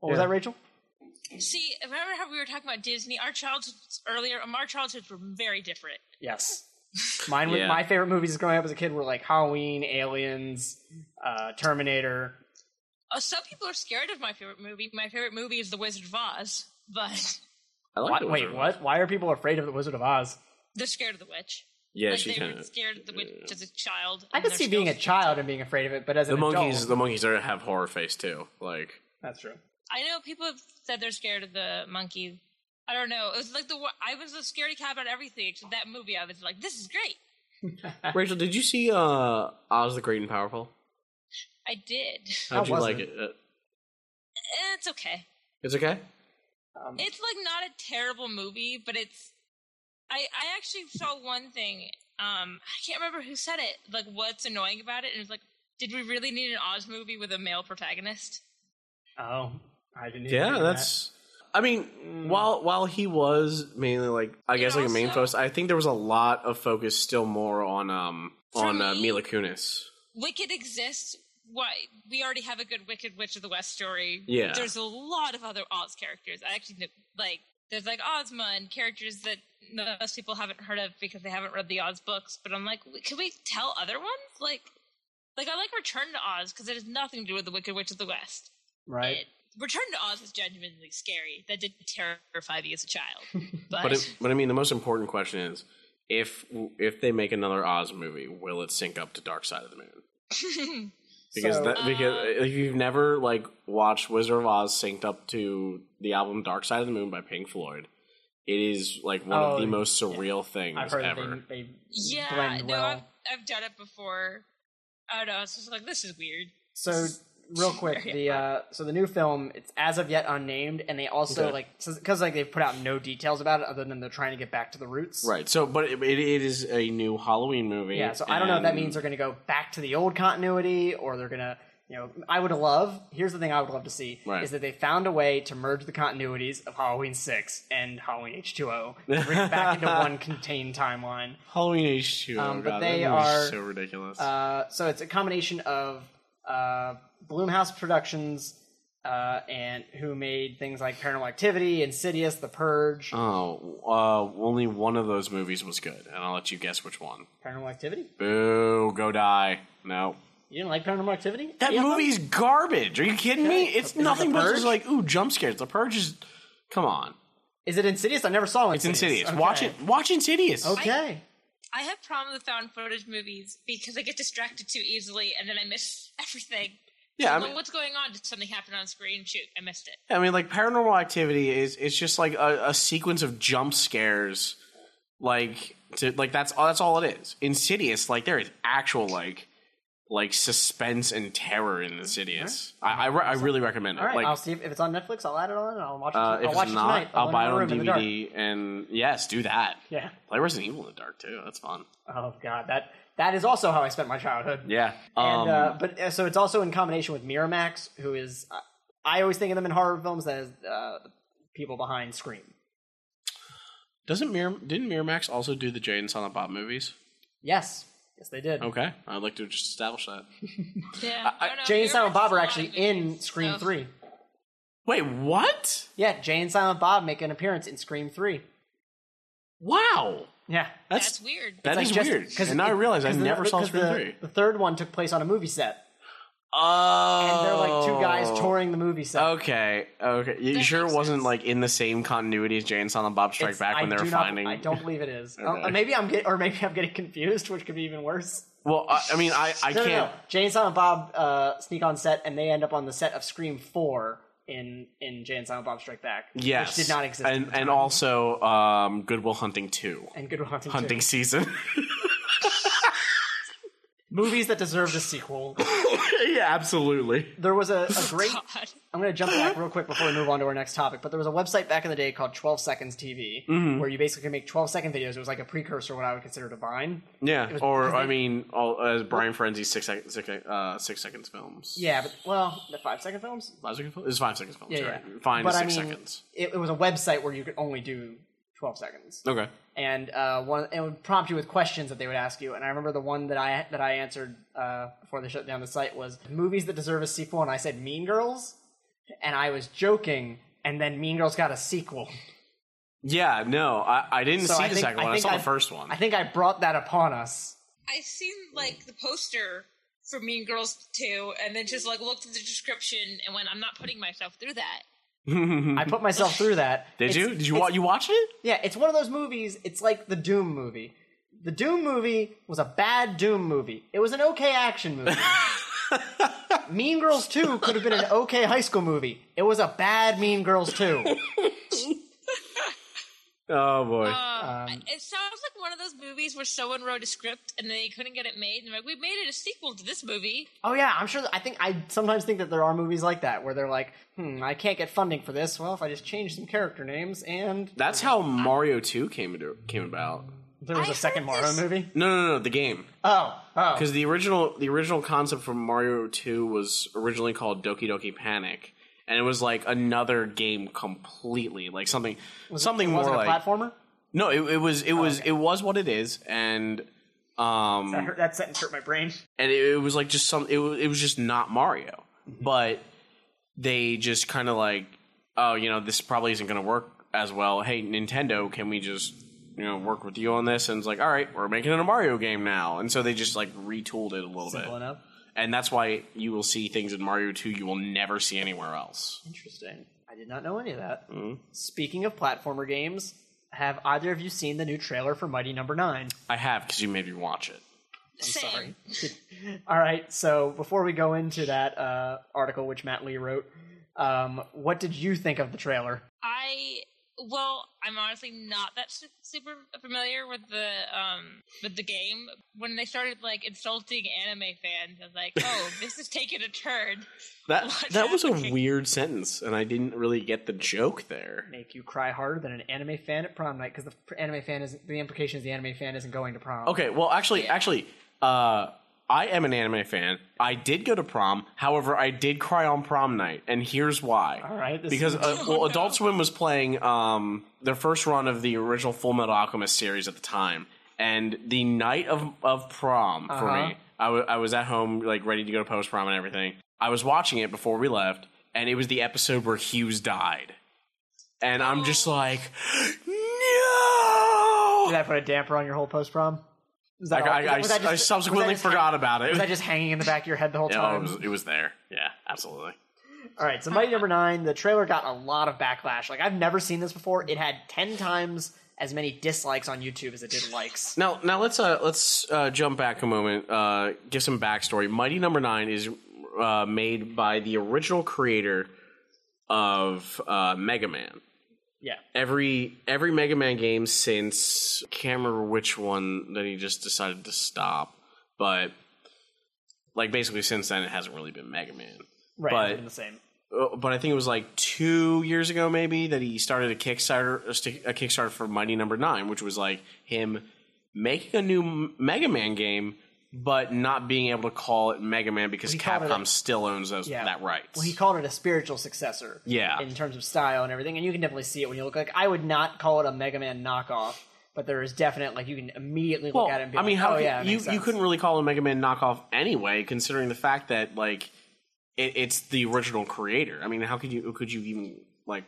A: What was that Rachel?
C: See, remember how we were talking about Disney? Our childhoods earlier, um, our childhoods were very different.
A: Yes. Mine was
B: Yeah.
A: my favorite movies growing up as a kid were like Halloween, Aliens, uh, Terminator.
C: Uh, some people are scared of my favorite movie. My favorite movie is The Wizard of Oz, but
B: I like
A: What?
B: the
A: Wait,
B: Wizard of Oz.
A: what? Why are people afraid of the Wizard of Oz?
C: they're scared of the witch.
B: Yeah,
C: like
B: she
C: they
B: kind
C: were
B: of.
C: scared of the witch as a child.
A: I
C: and
A: can
C: they're
A: see being a
C: still-
A: child and being afraid of it, but as
B: The
A: an
B: monkeys,
A: adult,
B: the monkeys are have horror face too. Like
A: that's true.
C: I know people have said they're scared of the monkey. I don't know. It was like the one- I was a scaredy cat about everything except that movie. I was like, this is great.
B: Rachel, did you see uh, Oz the Great and Powerful?
C: I did.
B: How'd
A: How
B: you
A: was
B: like
A: it?
B: it? Uh,
C: Eh, It's okay.
B: it's okay.
A: Um,
C: It's like not a terrible movie, but it's. I I actually saw one thing. Um, I can't remember who said it. Like, what's annoying about it? And it's like, did we really need an Oz movie with a male protagonist?
A: oh, I didn't. even
B: Yeah,
A: think of
B: that's. I mean, while while he was mainly like, I guess like a main
C: also-
B: focus, I think there was a lot of focus still more on um
C: For
B: on uh,
C: me-
B: Mila Kunis.
C: Wicked exists. Why we already have a good Wicked Witch of the West story.
B: Yeah.
C: there's a lot of other Oz characters. I actually kn- like there's like Ozma and characters that most people haven't heard of because they haven't read the Oz books. But I'm like, w- can we tell other ones? Like, like I like Return to Oz because it has nothing to do with the Wicked Witch of the West.
A: that. right.
C: It- Return to Oz is genuinely scary. That did terrify me as a child. But,
B: But it, but I mean, the most important question is if if they make another Oz movie, will it sync up to Dark Side of the Moon? Because
A: So-
B: that, because if you've never like watched Wizard of Oz synced up to the album Dark Side of the Moon by Pink Floyd, it is like one
A: Oh,
B: of the most surreal things
A: I've heard
B: ever.
A: that they, they
C: yeah,
A: blend
C: no,
A: well.
C: I've, I've done it before. I don't know. It's just like this is weird.
A: So real quick, the uh, so the new film it's as of yet unnamed, and they also
B: Okay.
A: like because like they've put out no details about it other than they're trying to get back to the roots.
B: Right. So, but it, it, it is a new Halloween movie.
A: Yeah. So I don't know if that
B: and-
A: means they're going to go back to the old continuity or they're going to. You know, I would love. Here's the thing I would love to see
B: Right.
A: is that they found a way to merge the continuities of Halloween Six and Halloween H two O, bring it back into one contained timeline.
B: Halloween H two.
A: Um,
B: but they are so ridiculous.
A: Uh, so it's a combination of uh, Bloomhouse Productions uh, and who made things like Paranormal Activity, Insidious, The Purge.
B: oh, uh, only one of those movies was good, and I'll let you guess which one.
A: Paranormal Activity?
B: Boo! Go die. No.
A: You didn't like Paranormal Activity?
B: That
A: Any of them?
B: movie's garbage. Are you kidding me? It's
A: Is it
B: nothing
A: The
B: but just
A: Purge?
B: like ooh jump scares. The Purge is. Come on.
A: Is it Insidious? I never saw
B: It's
A: Insidious.
B: Insidious.
A: Okay.
B: Watch it. Watch Insidious.
A: Okay.
C: I have problem with found footage movies because I get distracted too easily and then I miss everything.
B: Yeah. I
C: Well,
B: mean,
C: what's going on? Did something happen on screen? Shoot, I missed it.
B: I mean, like Paranormal Activity is it's just like a, a sequence of jump scares, like to like that's all that's all it is. Insidious, like there is actual like like suspense and terror in Insidious. I I, re- I really recommend it.
A: All right.
B: like
A: I'll see if, if it's on Netflix. I'll add it on and I'll watch it.
B: uh, if
A: I'll watch
B: it's
A: it
B: not,
A: tonight.
B: I'll
A: alone
B: buy
A: in
B: it
A: my
B: on
A: room in the dark.
B: DVD. And yes, do that.
A: Yeah.
B: Play Resident Evil in the dark too. That's fun.
A: Oh god. That that is also how I spent my childhood.
B: Yeah.
A: And
B: Um,
A: uh, but uh, so it's also in combination with Miramax, who is uh, I always think of them in horror films as uh, the people behind Scream.
B: doesn't Mir- didn't Miramax also do the Jay and Silent Bob movies?
A: Yes, yes, they did.
B: Okay, I'd like to just establish that.
C: Yeah,
B: I-
C: don't know.
A: Jay and
C: Miramax
A: Silent Bob
C: is a
A: are
C: lot
A: actually
C: of
A: in
C: movies,
A: Scream
C: so-
A: Three.
B: Wait, what?
A: Yeah, Jay and Silent Bob make an appearance in Scream Three.
B: Wow,
A: Yeah,
C: That's, weird.
B: That is weird. and now I realize I never saw Scream
A: the,
B: 3.
A: The third one took place on a movie set,
B: Oh.
A: and they're like two guys touring the movie set.
B: Okay, okay. You
C: That
B: sure it
C: makes
B: wasn't
C: sense.
B: like in the same continuity as Jay and Silent Bob Strike
A: It's-
B: Back when
A: I
B: they were
A: do not-
B: finding?
A: I don't believe it is.
B: Okay.
A: Uh, maybe I'm get, or maybe I'm getting confused, which could be even worse.
B: Well, I, I mean, I, I
A: no,
B: can't.
A: No, no. Jay and Silent Bob uh, sneak on set, and they end up on the set of Scream Four in in Jay and Silent Bob Strike Back.
B: Yes,
A: which did not exist, at
B: and
A: the
B: and
A: time.
B: also um, Goodwill Hunting Two,
A: and Good Will Hunting, too.
B: Hunting Season.
A: movies that deserved a sequel.
B: yeah, absolutely.
A: There was a, a great.
C: God.
A: I'm going to jump back real quick before we move on to our next topic. But there was a website back in the day called 12 Seconds TV,
B: Mm-hmm.
A: where you basically could make 12 second videos. It was like a precursor to what I would consider to Vine.
B: Yeah,
A: was-
B: or
A: because
B: I
A: they-
B: mean, all, as Brian Frenzy's six sec- six, sec- uh, six seconds films.
A: Yeah, but well, the five second films.
B: five second films. It's five seconds films.
A: Yeah,
B: right?
A: yeah.
B: Fine,
A: But
B: is
A: I
B: six
A: mean-
B: seconds.
A: It, it was a website where you could only do 12 seconds.
B: Okay.
A: and uh, one it would prompt you with questions that they would ask you. And I remember the one that I that I answered uh, before they shut down the site was movies that deserve a sequel, and I said Mean Girls, and I was joking and then Mean Girls got a sequel.
B: Yeah, no, I, I didn't
A: So
B: see
A: I
B: the
A: think-
B: second
A: I
B: one. I,
A: think
B: saw
A: I-
B: the first one.
A: I think I brought that upon us.
C: I seen like the poster for Mean Girls 2 and then just like looked at the description and went, I'm not putting myself through that.
A: I put myself through that.
B: Did
A: It's-
B: you? Did you
A: it's-
B: wa- you watch it?
A: Yeah, it's one of those movies. It's like the Doom movie. The Doom movie was a bad Doom movie. It was an okay action movie. mean Girls 2 could have been an okay high school movie. It was a bad Mean Girls 2.
B: Oh boy.
C: Uh, it sounds like one of those movies where someone wrote a script and they couldn't get it made. And they're like, we made it a sequel to this movie.
A: Oh yeah, I'm sure. I think I sometimes think that there are movies like that where they're like, "Hmm, I can't get funding for this. Well, if I just change some character names and
B: That's how Mario Two came into, came about.
A: there was
C: I
A: a second
C: heard
A: Mario
C: this-
A: movie."
B: No, no, no, no, the game.
A: Oh, oh,
B: Because the original the original concept for Mario Two was originally called Doki Doki Panic, and it was like another game completely, like something something
A: was it
B: more
A: a
B: like
A: platformer?
B: no, it, it was
A: Oh,
B: it was it was what it is, and um,
A: That, hurt, that sentence hurt my brain.
B: and it, it was like just some it, wa- it was just not mario
A: Mm-hmm.
B: but they just kind of like oh you know this probably isn't going to work as well hey nintendo can we just you know work with you on this and it's like all right we're making it a mario game now and so they just like retooled it a little
A: Simple
B: bit
A: enough.
B: and that's why you will see things in mario 2 you will never see anywhere else
A: Interesting. I did not know any of that.
B: Mm-hmm.
A: Speaking of platformer games, have either of you seen the new trailer for Mighty Number Nine?
B: i have because you made me watch it
C: Same.
A: All right. So before we go into that uh, article which Matt Lee wrote, um, what did you think of the trailer?
C: I well, I'm honestly not that su- super familiar with the um with the game. When they started like insulting anime fans, I was like, "Oh, this is taking a turn."
B: that
C: What's
B: that was a
C: happening?
B: weird sentence and i didn't really get the joke there
A: Make you cry harder than an anime fan at prom night because the pr- anime fan is the implication is the anime fan isn't going to prom.
B: Okay, well, actually, actually, uh, I am an anime fan. I did go to prom. However, I did cry on prom night, and here's why.
A: All right. This
B: Because
A: is,
B: uh, well, Adult Swim was playing um, their first run of the original Full Metal Alchemist series at the time, and the night of of prom for
A: Uh-huh.
B: me, I wa- I was at home like ready to go to post prom and everything. I was watching it before we left, and it was the episode where Hughes died, and I'm just like, no.
A: did that put a damper on your whole post prom? Was that
B: Like,
A: all-
B: I,
A: was
B: I,
A: that- was that
B: I
A: just-
B: subsequently
A: was that just-
B: forgot about it.
A: Was that just hanging in the back of your head the whole
B: Yeah,
A: time?
B: it was, it was there. Yeah, absolutely.
A: All right, so Mighty Number Nine, the trailer got a lot of backlash. Like I've never seen this before. It had ten times as many dislikes on YouTube as it did likes.
B: Now, now let's uh, let's uh, jump back a moment. Uh, give some backstory. Mighty Number Nine is uh, made by the original creator of uh, Mega Man.
A: Yeah,
B: Every every Mega Man game since can't remember which one that he just decided to stop, but like basically since then it hasn't really been Mega Man.
A: right.
B: But-
A: it's been the same.
B: Uh, but I think it was like two years ago, maybe that he started a Kickstarter, a sti- a Kickstarter for Mighty Number Nine, which was like him making a new M- Mega Man game, but not being able to call it Mega Man because
A: He called it
B: Capcom
A: a-
B: still owns those
A: Yeah.
B: that rights.
A: Well, he called it a spiritual successor.
B: Yeah.
A: in terms of style and everything, and you can definitely see it when you look. Like I would not call it a Mega Man knockoff, but there is definite like you can immediately
B: Well,
A: look at it. and be
B: I mean,
A: like,
B: how
A: oh
B: could-
A: yeah, it
B: you
A: makes
B: you
A: sense.
B: couldn't really call a Mega Man knockoff anyway, considering the fact that like it, it's the original creator. I mean, how could you could you even like?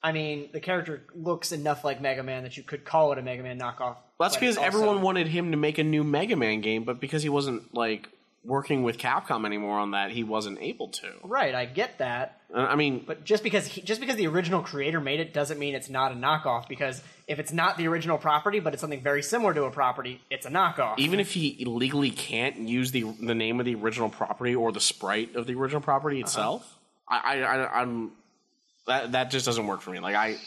A: I mean, the character looks enough like Mega Man that you could call it a Mega Man knockoff.
B: Well, that's
A: but
B: because
A: it's also-
B: everyone wanted him to make a new Mega Man game, but because he wasn't like working with Capcom anymore on that, he wasn't able to.
A: Right, I get that.
B: Uh, I mean,
A: But just because he, just because the original creator made it doesn't mean it's not a knockoff. Because if it's not the original property, but it's something very similar to a property, it's a knockoff.
B: even if he legally can't use the the name of the original property or the sprite of the original property
A: Uh-huh.
B: itself, I, I, I I'm that that just doesn't work for me. Like I, I
A: I'm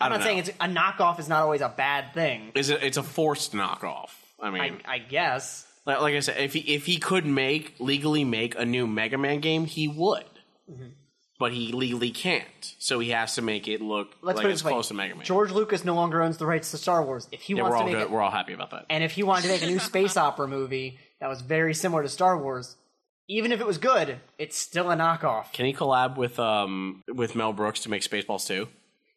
B: don't
A: not
B: know.
A: saying it's a knockoff is not always a bad thing.
B: Is it, it's a forced knockoff. I mean,
A: I, I guess.
B: like, like I said, if he if he could make legally make a new Mega Man game, he would.
A: Mm-hmm.
B: But he legally can't, so he has to make it look
A: Let's
B: like
A: put it
B: it's
A: this way:
B: close to Mega Man.
A: George Lucas no longer owns the rights to Star Wars. If he
B: yeah, we're
A: wants
B: all
A: to make
B: good,
A: it,
B: we're all happy about that.
A: and if he wanted to make a new space opera movie that was very similar to Star Wars, even if it was good, it's still a knockoff.
B: Can he collab with um with Mel Brooks to make Spaceballs too?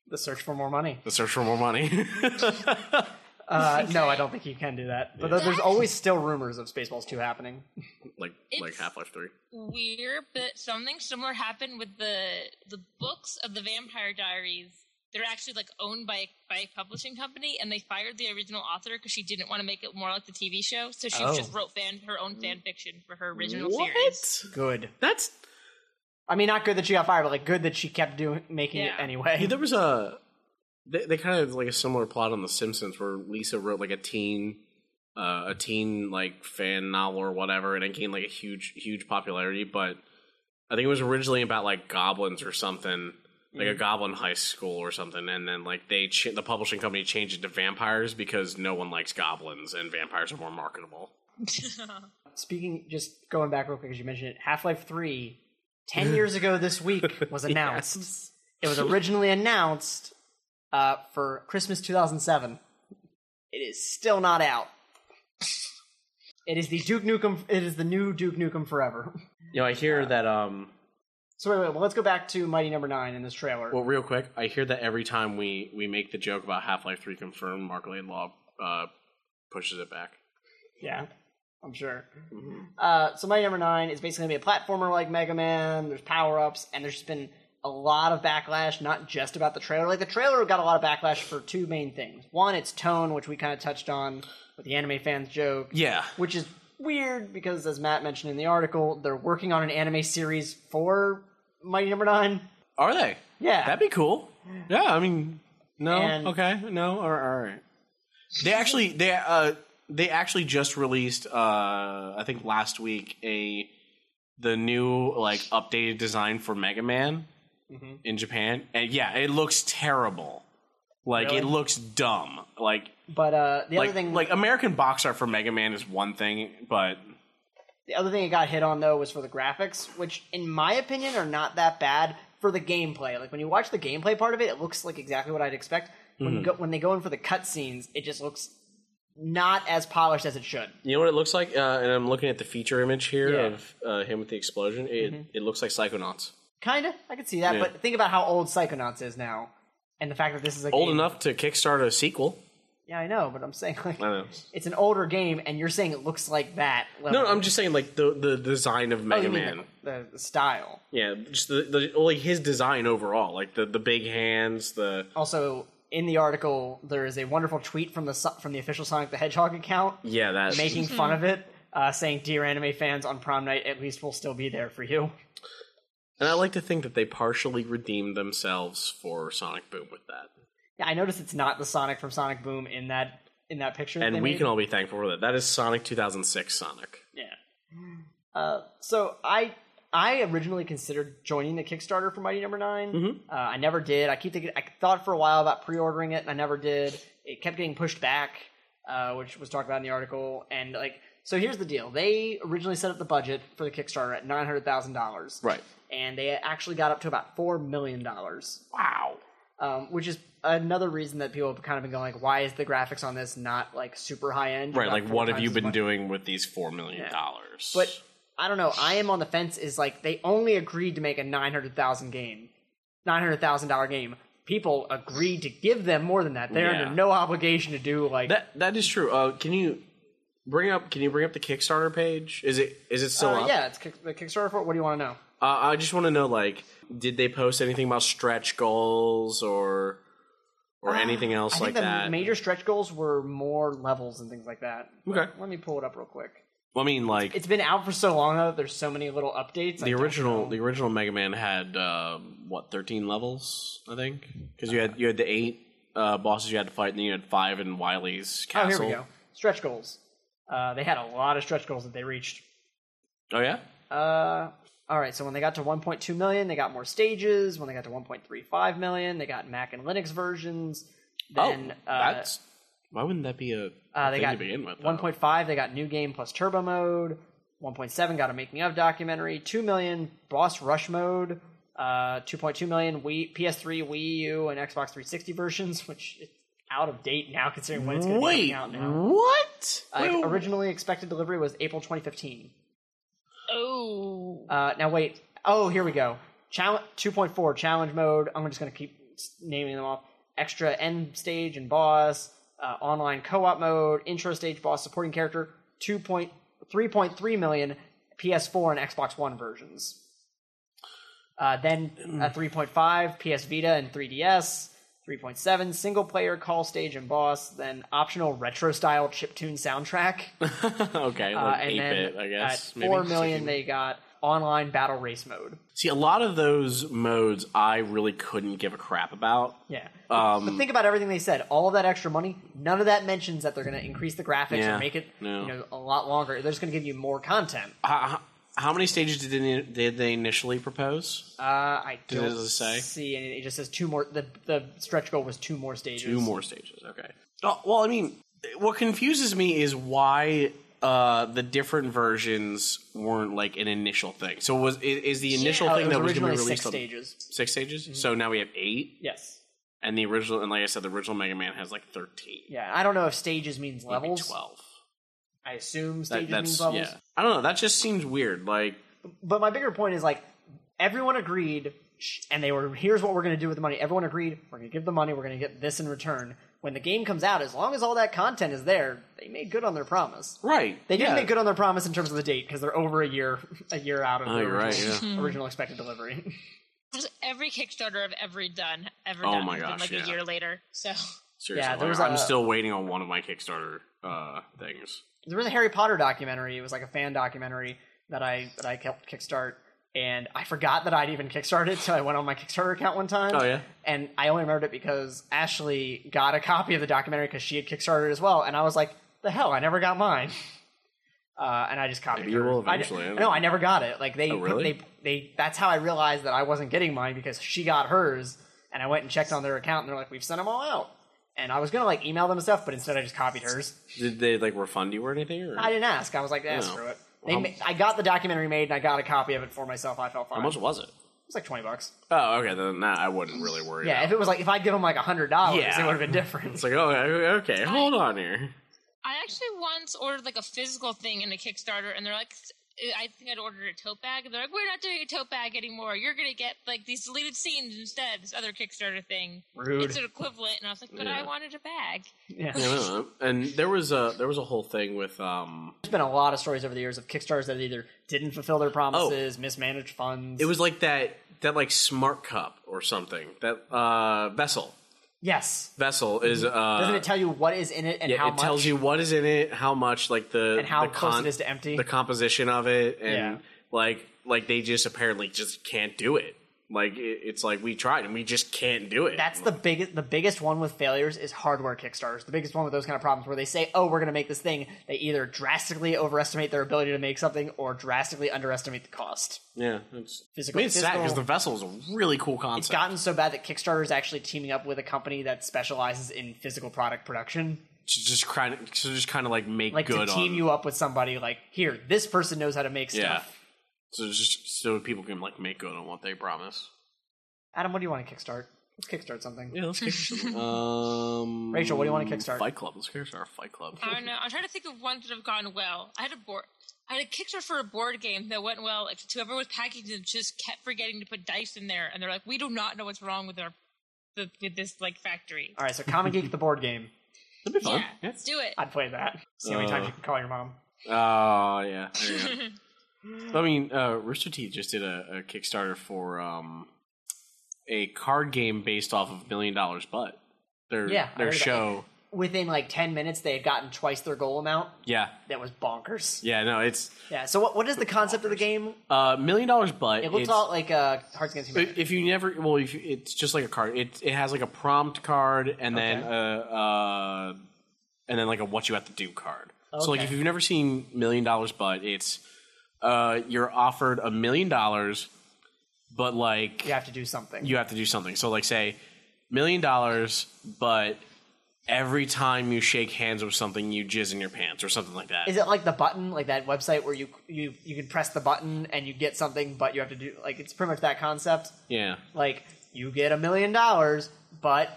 A: The search for more money.
B: The search for more money.
A: Uh, no, I don't think he can do that. But th- there's always still rumors of Spaceballs two happening.
B: like like
C: It's-
B: Half Life Three.
C: weird, but something similar happened with the the books of the Vampire Diaries. They're actually like owned by by a publishing company, and they fired the original author because she didn't want to make it more like the TV show. So she
A: Oh.
C: just wrote fan her own fan fiction for her original series.
A: Good.
B: That's
A: I mean, not good that she got fired, but like good that she kept doing making
C: Yeah.
A: it anyway.
B: Hey, there was a they, they kind of like a similar plot on The Simpsons where Lisa wrote like a teen uh, a teen like fan novel or whatever, and it gained like a huge huge popularity. But I think it was originally about like goblins or something, like a goblin high school or something, and then like they ch- the publishing company changed it to vampires because no one likes goblins and vampires are more marketable.
A: Speaking, just going back real quick, as you mentioned it, Half Life 3, 10 years ago this week, was announced. It was originally announced uh, for Christmas 2007. It is still not out. It is the Duke Nukem. It is the new Duke Nukem Forever.
B: You know, I hear that um
A: So wait, wait. Well, let's go back to Mighty Number Nine in this trailer.
B: Well, real quick, I hear that every time we we make the joke about Half Life Three confirmed, Mark Laidlaw uh, pushes it back.
A: Yeah, I'm sure.
B: Mm-hmm.
A: Uh, so my number nine is basically gonna be a platformer like Mega Man. There's power ups, and there's just been a lot of backlash, not just about the trailer. Like the trailer got a lot of backlash for two main things. One, its tone, which we kind of touched on with the anime fans joke,
B: Yeah,
A: which is weird because, as Matt mentioned in the article, they're working on an anime series for Mighty Number Nine.
B: are they?
A: Yeah,
B: That'd be cool. Yeah, I mean, no,
A: And-
B: okay, no, all right, all right. They actually they uh they actually just released uh I think last week a the new like updated design for Mega Man in Japan, and yeah, it looks terrible. Like it
A: Really?
B: looks dumb. Like
A: but uh, the
B: like,
A: other thing,
B: like American box art for Mega Man is one thing, but
A: The other thing it got hit on though was for the graphics, which in my opinion are not that bad for the gameplay. Like when you watch the gameplay part of it, it looks like exactly what I'd expect. When
B: Mm-hmm.
A: you go, when they go in for the cutscenes, it just looks not as polished as it should.
B: you know what it looks like. Uh, and I'm looking at the feature image here
A: Yeah.
B: of uh, him with the explosion. It it looks like Psychonauts,
A: Kinda, I could see that.
B: Yeah.
A: But think about how old Psychonauts is now, and the fact that this is a
B: old
A: game-
B: enough to kickstart a sequel.
A: Yeah, I know, but I'm saying like
B: I don't know.
A: it's an older game, and you're saying it looks like that.
B: No, I'm just saying like the the design of Mega Man.
A: the, the style.
B: Yeah, just the, the like his design overall, like the the big hands, the
A: Also, in the article, there is a wonderful tweet from the so- from the official Sonic the Hedgehog account
B: yeah that
A: making fun of it, uh, saying, "Dear anime fans, on prom night, at least we'll still be there for you."
B: And I like to think that they partially redeemed themselves for Sonic Boom with that.
A: Yeah, I noticed it's not the Sonic from Sonic Boom in that in that picture.
B: And
A: they
B: we
A: made.
B: can all be thankful for that. That is Sonic 2006 Sonic.
A: yeah. Uh, so I I originally considered joining the Kickstarter for Mighty Number 9
B: Mm-hmm.
A: Uh, I never did. I keep thinking. I thought for a while about pre-ordering it, and I never did. It kept getting pushed back, uh, which was talked about in the article. And like, so here's the deal: they originally set up the budget for the Kickstarter at nine hundred thousand dollars.
B: Right.
A: and they actually got up to about four million dollars,
B: Wow.
A: um, which is another reason that people have kind of been going like, why is the graphics on this not like super high end?
B: Right,
A: Not
B: like
A: four
B: what have
A: times
B: you
A: as
B: been
A: much?
B: doing with these four million
A: Yeah.
B: dollars?
A: But I don't know. I am on the fence. Is like they only agreed to make a nine hundred thousand game, nine hundred thousand dollar game. People agreed to give them more than that. They're
B: Yeah.
A: under no obligation to do like
B: that that is true. Uh, can you bring up can you bring up the Kickstarter page? Is it is it still
A: Uh,
B: up?
A: yeah, it's kick, the Kickstarter for it. What do you want to know?
B: Uh, I just want to know like did they post anything about stretch goals or or anything
A: Uh, I
B: else
A: think
B: like
A: the
B: that?
A: major stretch goals were more levels and things like that.
B: Okay.
A: Let me pull it up real quick.
B: Well, I mean like
A: It's been out for so long though. that There's so many little updates. I
B: the
A: don't
B: original
A: know.
B: the original Mega Man had um, what thirteen levels I think because you had you had the eight uh, bosses you had to fight and then you had five in Wily's
A: Oh,
B: castle.
A: here we go. Stretch goals. Uh, they had a lot of stretch goals that they reached.
B: Oh yeah.
A: Uh, all right. So when they got to 1.2 million, they got more stages. When they got to 1.35 million, they got Mac and Linux versions. Then
B: oh,
A: uh,
B: that's why wouldn't that be a
A: uh, they
B: thing
A: got
B: to begin with? though?
A: 1.5. They got new game plus turbo mode. 1.7 got a making of documentary. 2 million boss rush mode. Uh, 2.2 million Wii, PS3, Wii U, and Xbox 360 versions, which is out of date now considering when it's going to be
B: Wait,
A: coming out now.
B: what?
A: Uh,
B: Wait,
A: originally expected delivery was April 2015.
C: Oh,
A: Uh, now wait. Oh, here we go. Challenge 2.4 challenge mode. I'm just gonna keep s- naming them off. Extra end stage and boss. Uh, online co-op mode. Intro stage boss. Supporting character. 2.3.3 million. PS4 and Xbox One versions. Uh, then a 3.5, PS Vita and 3DS. 3.7, single player call stage and boss. Then optional retro style chiptune soundtrack.
B: okay,
A: Uh,
B: like
A: and
B: eight
A: then
B: bit, I guess.
A: at
B: maybe.
A: 4 million, they got online battle race mode.
B: See, a lot of those modes I really couldn't give a crap about.
A: Yeah.
B: Um,
A: but think about everything they said. All of that extra money, none of that mentions that they're going to increase the graphics
B: Yeah,
A: or make it
B: no.
A: you know, a lot longer. They're just going to give you more content. Uh,
B: How, how many stages did they, did they initially propose?
A: Uh, I
B: Does it
A: don't
B: say?
A: see anything. It just says two more. The, the stretch goal was two more stages.
B: Two more stages. Okay. Oh, well, I mean, what confuses me is why uh, the different versions weren't like an initial thing. So was i- is the initial
A: Uh, it
B: thing
A: was
B: that was going
A: originally
B: to be released
A: six
B: on
A: stages. Mm-hmm.
B: six stages? So now we have eight,
A: Yes.
B: and the original, and like I said, the original Mega Man has like thirteen,
A: Yeah. I don't know if stages means
B: maybe
A: levels.
B: twelve.
A: I assume stages
B: That, that's
A: means levels.
B: yeah. I don't know. That just seems weird. Like
A: But my bigger point is like everyone agreed, sh- and they were here's what we're going to do with the money. Everyone agreed we're going to give the money. We're going to get this in return. When the game comes out, as long as all that content is there, they made good on their promise.
B: right?
A: They didn't
B: yeah.
A: make good on their promise in terms of the date because they're over a year a year out of
B: Oh,
A: their
B: you're right,
A: original, original expected delivery.
C: There's every Kickstarter I've ever done, ever
B: Oh
C: done,
B: my
C: has
B: gosh,
C: been like
B: yeah.
C: a year later. So
B: Seriously,
A: Yeah, there
B: like,
A: was
B: I'm
A: a-
B: still waiting on one of my Kickstarter uh, things.
A: there was a Harry Potter documentary. It was like a fan documentary that I that I helped kickstart, and I forgot that I'd even kickstarted, so I went on my Kickstarter account one time.
B: Oh, yeah?
A: and I only remembered it because Ashley got a copy of the documentary because she had kickstarted it as well, and I was like, "The hell, I never got mine." Uh, and I just copied
B: You
A: her.
B: will
A: I d-
B: eventually, I don't
A: no,
B: know.
A: I never got it. Like they,
B: Oh, really?
A: they, they. That's how I realized that I wasn't getting mine because she got hers, and I went and checked on their account, and they're like, "We've sent them all out." And I was gonna like email them and stuff, but instead I just copied hers.
B: Did they like refund you or anything? Or
A: I didn't ask. I was like,
B: No.
A: eh, screw it. They
B: Well-
A: ma- I got the documentary made and I got a copy of it for myself. I felt fine.
B: how much was it?
A: It's like twenty bucks.
B: Oh, okay. Then nah, I wouldn't really worry.
A: Yeah,
B: about
A: if it was like if I would give them like hundred dollars,
B: Yeah.
A: it would have been different.
B: It's like, oh, okay, hold on here.
C: I actually once ordered like a physical thing in a Kickstarter, and they're like, I think I'd ordered a tote bag, and they're like, we're not doing a tote bag anymore. You're gonna get like these deleted scenes instead. This other Kickstarter thing.
A: Rude.
C: It's an equivalent, and I was like, but
B: Yeah.
C: I wanted a bag.
A: yeah.
B: Yeah, I don't know. and there was a there was a whole thing with um,
A: There's been a lot of stories over the years of Kickstarters that either didn't fulfill their promises, mismanaged funds.
B: Oh. it was like that that like smart cup or something that uh vessel
A: yes.
B: vessel is uh
A: Doesn't it tell you what is in it and
B: yeah,
A: how
B: it
A: much?
B: tells you what is in it, how much, like the
A: And how
B: the
A: close it is to empty.
B: the composition of it, and
A: Yeah.
B: like like they just apparently just can't do it. Like it, it's like we tried and we just can't do it.
A: That's the biggest. The biggest one with failures is hardware kickstarters. The biggest one with those kind of problems where they say, "Oh, we're going to make this thing." They either drastically overestimate their ability to make something or drastically underestimate the cost.
B: yeah. It's,
A: Physical-
B: I mean, it's sad because
A: physical-
B: the vessel is a really cool
A: It's
B: concept.
A: gotten so bad that Kickstarter is actually teaming up with a company that specializes in physical product production,
B: to just kind of to just kind of like make
A: like
B: good
A: to team
B: on
A: you up with somebody. Like, here, this person knows how to make stuff.
B: yeah. So it's just so people can like make good on what they promise.
A: Adam, what do you want to kickstart? Let's kickstart something.
B: Yeah, let's kickstart. um,
A: Rachel, what do you wanna kickstart?
B: Fight Club. Let's kickstart Fight Club.
C: I don't know. I'm trying to think of ones that have gone well. I had a board. I had a Kickstarter for a board game that went well. Like whoever was packaging them just kept forgetting to put dice in there, and they're like, "We do not know what's wrong with our the, with this like factory."
A: All right, so Common Geek the board game.
B: That'd be fun.
C: Yeah,
B: Yeah.
C: let's do it.
A: I'd play that. See how many times
B: Uh.
A: you can call your mom.
B: Oh yeah. there you go. I mean, uh, Rooster Teeth just did a, a Kickstarter for um, a card game based off of Million Dollars Butt. Their
A: Yeah, I
B: their
A: heard about
B: show.
A: Within like ten minutes, they had gotten twice their goal amount.
B: Yeah,
A: That was bonkers.
B: yeah. No, it's
A: Yeah. So what? What is the concept of the game?
B: uh, Million Dollars Butt.
A: It looks
B: it's-
A: all like uh, Hearts Against Humanity.
B: If you never, well, if you, it's just like a card. It it has like a prompt card, and then
A: Okay.
B: uh, uh, and then like a what you have to do card. So like
A: Okay.
B: if you've never seen Million Dollars Butt, it's uh, you're offered a million dollars, but like
A: You have to do something.
B: you have to do something. So like say million dollars, but every time you shake hands with something, you jizz in your pants or something like that.
A: Is it like the button, like that website where you you you can press the button and you get something, but you have to do like it's pretty much that concept.
B: yeah.
A: Like you get a million dollars, but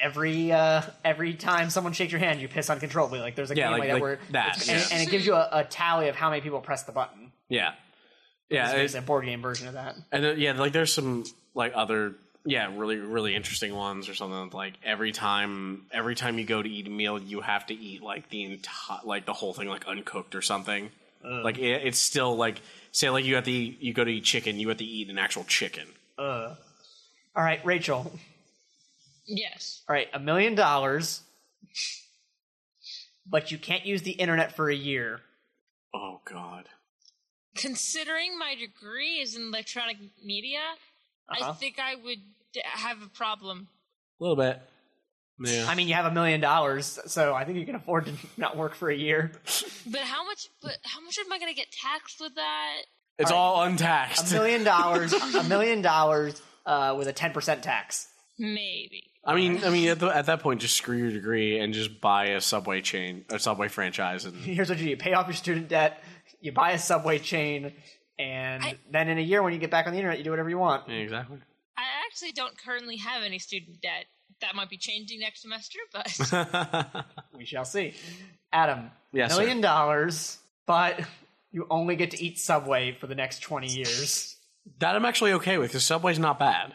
A: every uh, every time someone shakes your hand, you piss uncontrollably. Like there's a
B: Yeah,
A: game
B: like-
A: like, that
B: like
A: where
B: that,
A: it's-
B: yeah.
A: and, and it gives you a, a tally of how many people press the button.
B: Yeah. Yeah.
A: There's
B: it-
A: a board game version of that.
B: And then, yeah, like there's some like other yeah, really really interesting ones or something that's like every time every time you go to eat a meal, you have to eat like the entire like the whole thing like uncooked or something. Like it, it's still like say like you have to eat, you go to eat chicken, you have to eat an actual chicken.
A: Uh. All right, Rachel. All
C: Yes.
A: right, a million dollars, but you can't use the internet for a year.
B: Oh God.
C: Considering my degree is in electronic media,
A: Uh-huh.
C: I think I would d- have a problem.
B: A little bit. Yeah.
A: I mean, you have a million dollars, so I think you can afford to not work for a year.
C: But how much? But how much am I going to get taxed with that?
B: it's all
A: A
B: untaxed.
A: million dollars, a million dollars uh, with a ten percent tax.
C: Maybe.
B: I mean, I mean, at, the, at that point, just screw your degree and just buy a subway chain, a subway franchise, and
A: Here's what you do: you pay off your student debt, you buy a subway chain, and
C: I-
A: then in a year when you get back on the internet, you do whatever you want.
B: Yeah, exactly.
C: I actually don't currently have any student debt. That might be changing next semester, but
A: We shall see. Adam,
B: Yes,
A: million dollars, but you only get to eat Subway for the next twenty years.
B: that I'm actually okay with because Subway's not bad.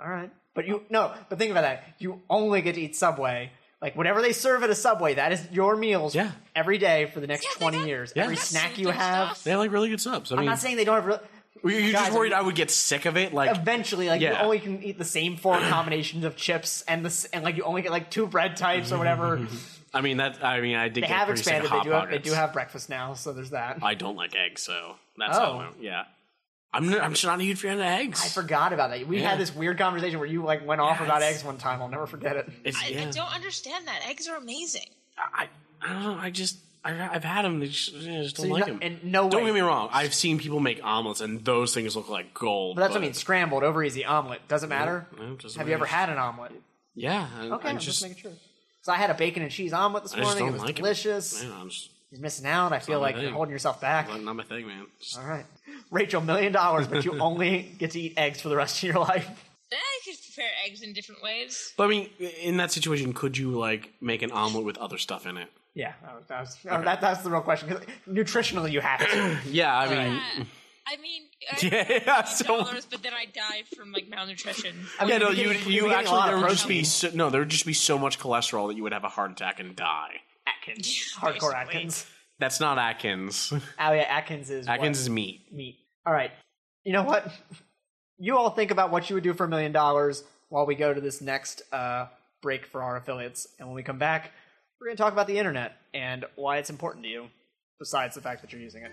A: All right, but you no, but think about that: you only get to eat Subway. Like whatever they serve at a Subway, that is your meals
B: Yeah.
A: every day for the next
C: Yeah, they
A: twenty
C: got-
A: years.
B: Yeah.
A: Every
B: they got
A: snack
C: some
A: you
C: good
A: have.
C: stuff.
B: They have like really good subs. I
A: I'm
B: mean,
A: not saying they don't have. Real,
B: you're
A: Guys,
B: you're just
A: I'm-
B: worried I would get sick of it. Like,
A: eventually like you
B: Yeah.
A: only can eat the same four combinations of chips and this and like you only get like two bread types or whatever
B: I mean that. I mean, I did.
A: they
B: get
A: have
B: pretty sick of
A: expanded they
B: Hot
A: do have, they
B: Pockets.
A: do have breakfast now so there's that I,
B: I don't like eggs, so that's
A: Oh.
B: how. I, yeah, I'm. n- I'm just not a huge fan of eggs.
A: forgot about that we
B: Yeah.
A: had this weird conversation where you like went off about
B: it's-
A: eggs one time i'll never forget it
B: It's-
C: I,
B: yeah.
C: I don't understand that. Eggs are amazing.
B: I, I don't know. I just I, I've had them. They just, I just don't
A: So you
B: like
A: no-
B: them.
A: and no
B: don't
A: way-
B: get me wrong. I've seen people make omelets, and those things look like gold.
A: but that's what i mean scrambled over easy omelet doesn't matter
B: no, it doesn't
A: have you ever
B: matter.
A: had an omelet
B: Yeah. I,
A: okay
B: I
A: i'm just
B: just,
A: making sure so i had a bacon and cheese omelet this
B: I just
A: morning
B: don't
A: it was
B: like 'em.
A: delicious
B: Man, I'm just
A: you're missing out i feel
B: not my
A: like you're
B: thing.
A: holding yourself back
B: not not my thing, man. Just-
A: all right rachel million dollars but you only get to eat eggs for the rest of your life
C: Eh, I could prepare eggs in different ways.
B: But I mean, in that situation, could you like make an omelet with other stuff in it?
A: Yeah, that was, that was, oh, that, that's the real question. 'cause nutritionally, you have to.
B: Yeah, I mean,
C: Uh, I mean, I
B: yeah, so,
C: dollars, but then I died from like malnutrition.
A: I
B: yeah, no,
A: you're
B: you
A: getting-
B: you
A: you're getting a
B: actually
A: lot
B: there
A: of
B: would just
A: protein.
B: be so, no, there would just be so much cholesterol that you would have a heart attack and die.
A: Atkins, hardcore
C: Basically.
A: Atkins.
B: That's not Atkins.
A: Oh yeah, Atkins is what?
B: Atkins is meat.
A: meat. All right, you know what? You all think about what you would do for a million dollars while we go to this next uh, break for our affiliates, and when we come back, we're going to talk about the internet and why it's important to you, besides the fact that you're using it.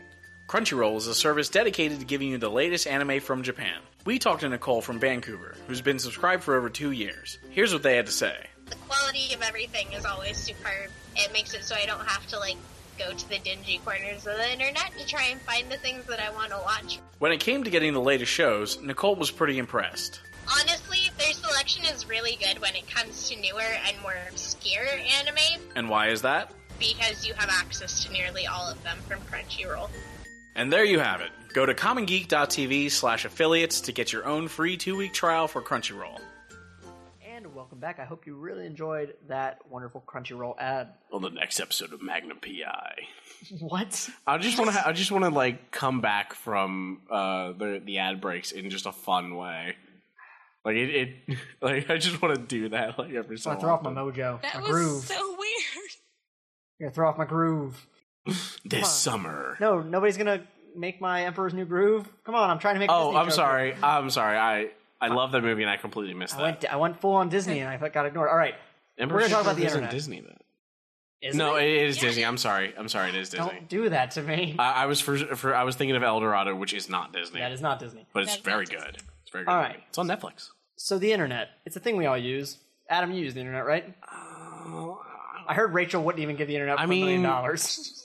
F: Crunchyroll is a service dedicated to giving you the latest anime from Japan. We talked to Nicole from Vancouver, who's been subscribed for over two years. Here's what they had to say.
G: the quality of everything is always superb. It makes it so I don't have to like go to the dingy corners of the internet to try and find the things that I want to watch.
F: When it came to getting the latest shows, Nicole was pretty impressed.
G: Honestly, their selection is really good when it comes to newer and more obscure anime
F: And why is that?
G: because you have access to nearly all of them from Crunchyroll.
F: And there you have it. Go to commongeek.tv slash affiliates to get your own free two-week trial for Crunchyroll.
A: And welcome back. I hope you really enjoyed that wonderful Crunchyroll ad.
B: On the next episode of Magnum PI.
A: What?
B: I just want to. I just want to like come back from uh, the the ad breaks in just a fun way. Like it, it like I just want to do that like every so
A: I Oh, throw off my
B: often.
A: mojo,
C: That
A: my
C: was
A: groove.
C: so weird.
A: I'm gonna throw off my groove.
B: this summer.
A: No, nobody's gonna make my Emperor's New Groove. Come on, I'm trying to make. a
B: oh,
A: Disney
B: I'm
A: joke.
B: sorry. I'm sorry. I I love that movie and I completely missed
A: I
B: that.
A: went, I went full on Disney and I got ignored. All right,
B: And
A: we're gonna talk about the
B: isn't
A: internet.
B: Disney though.
A: Isn't
B: no,
A: it?
B: it is Disney. I'm sorry. I'm sorry. It is Disney.
A: don't do that to me.
B: I, I was for, for I was thinking of El Dorado, which is not Disney,
A: that is not Disney.
B: but it's
C: that is not
B: very
C: Disney.
B: good. It's very good.
A: All
B: movie.
A: right.
B: It's on Netflix.
A: So the internet, it's a thing we all use. Adam, you use the internet, right?
B: Uh,
A: I heard Rachel wouldn't even give the internet
B: I
A: for a million
B: mean-
A: dollars.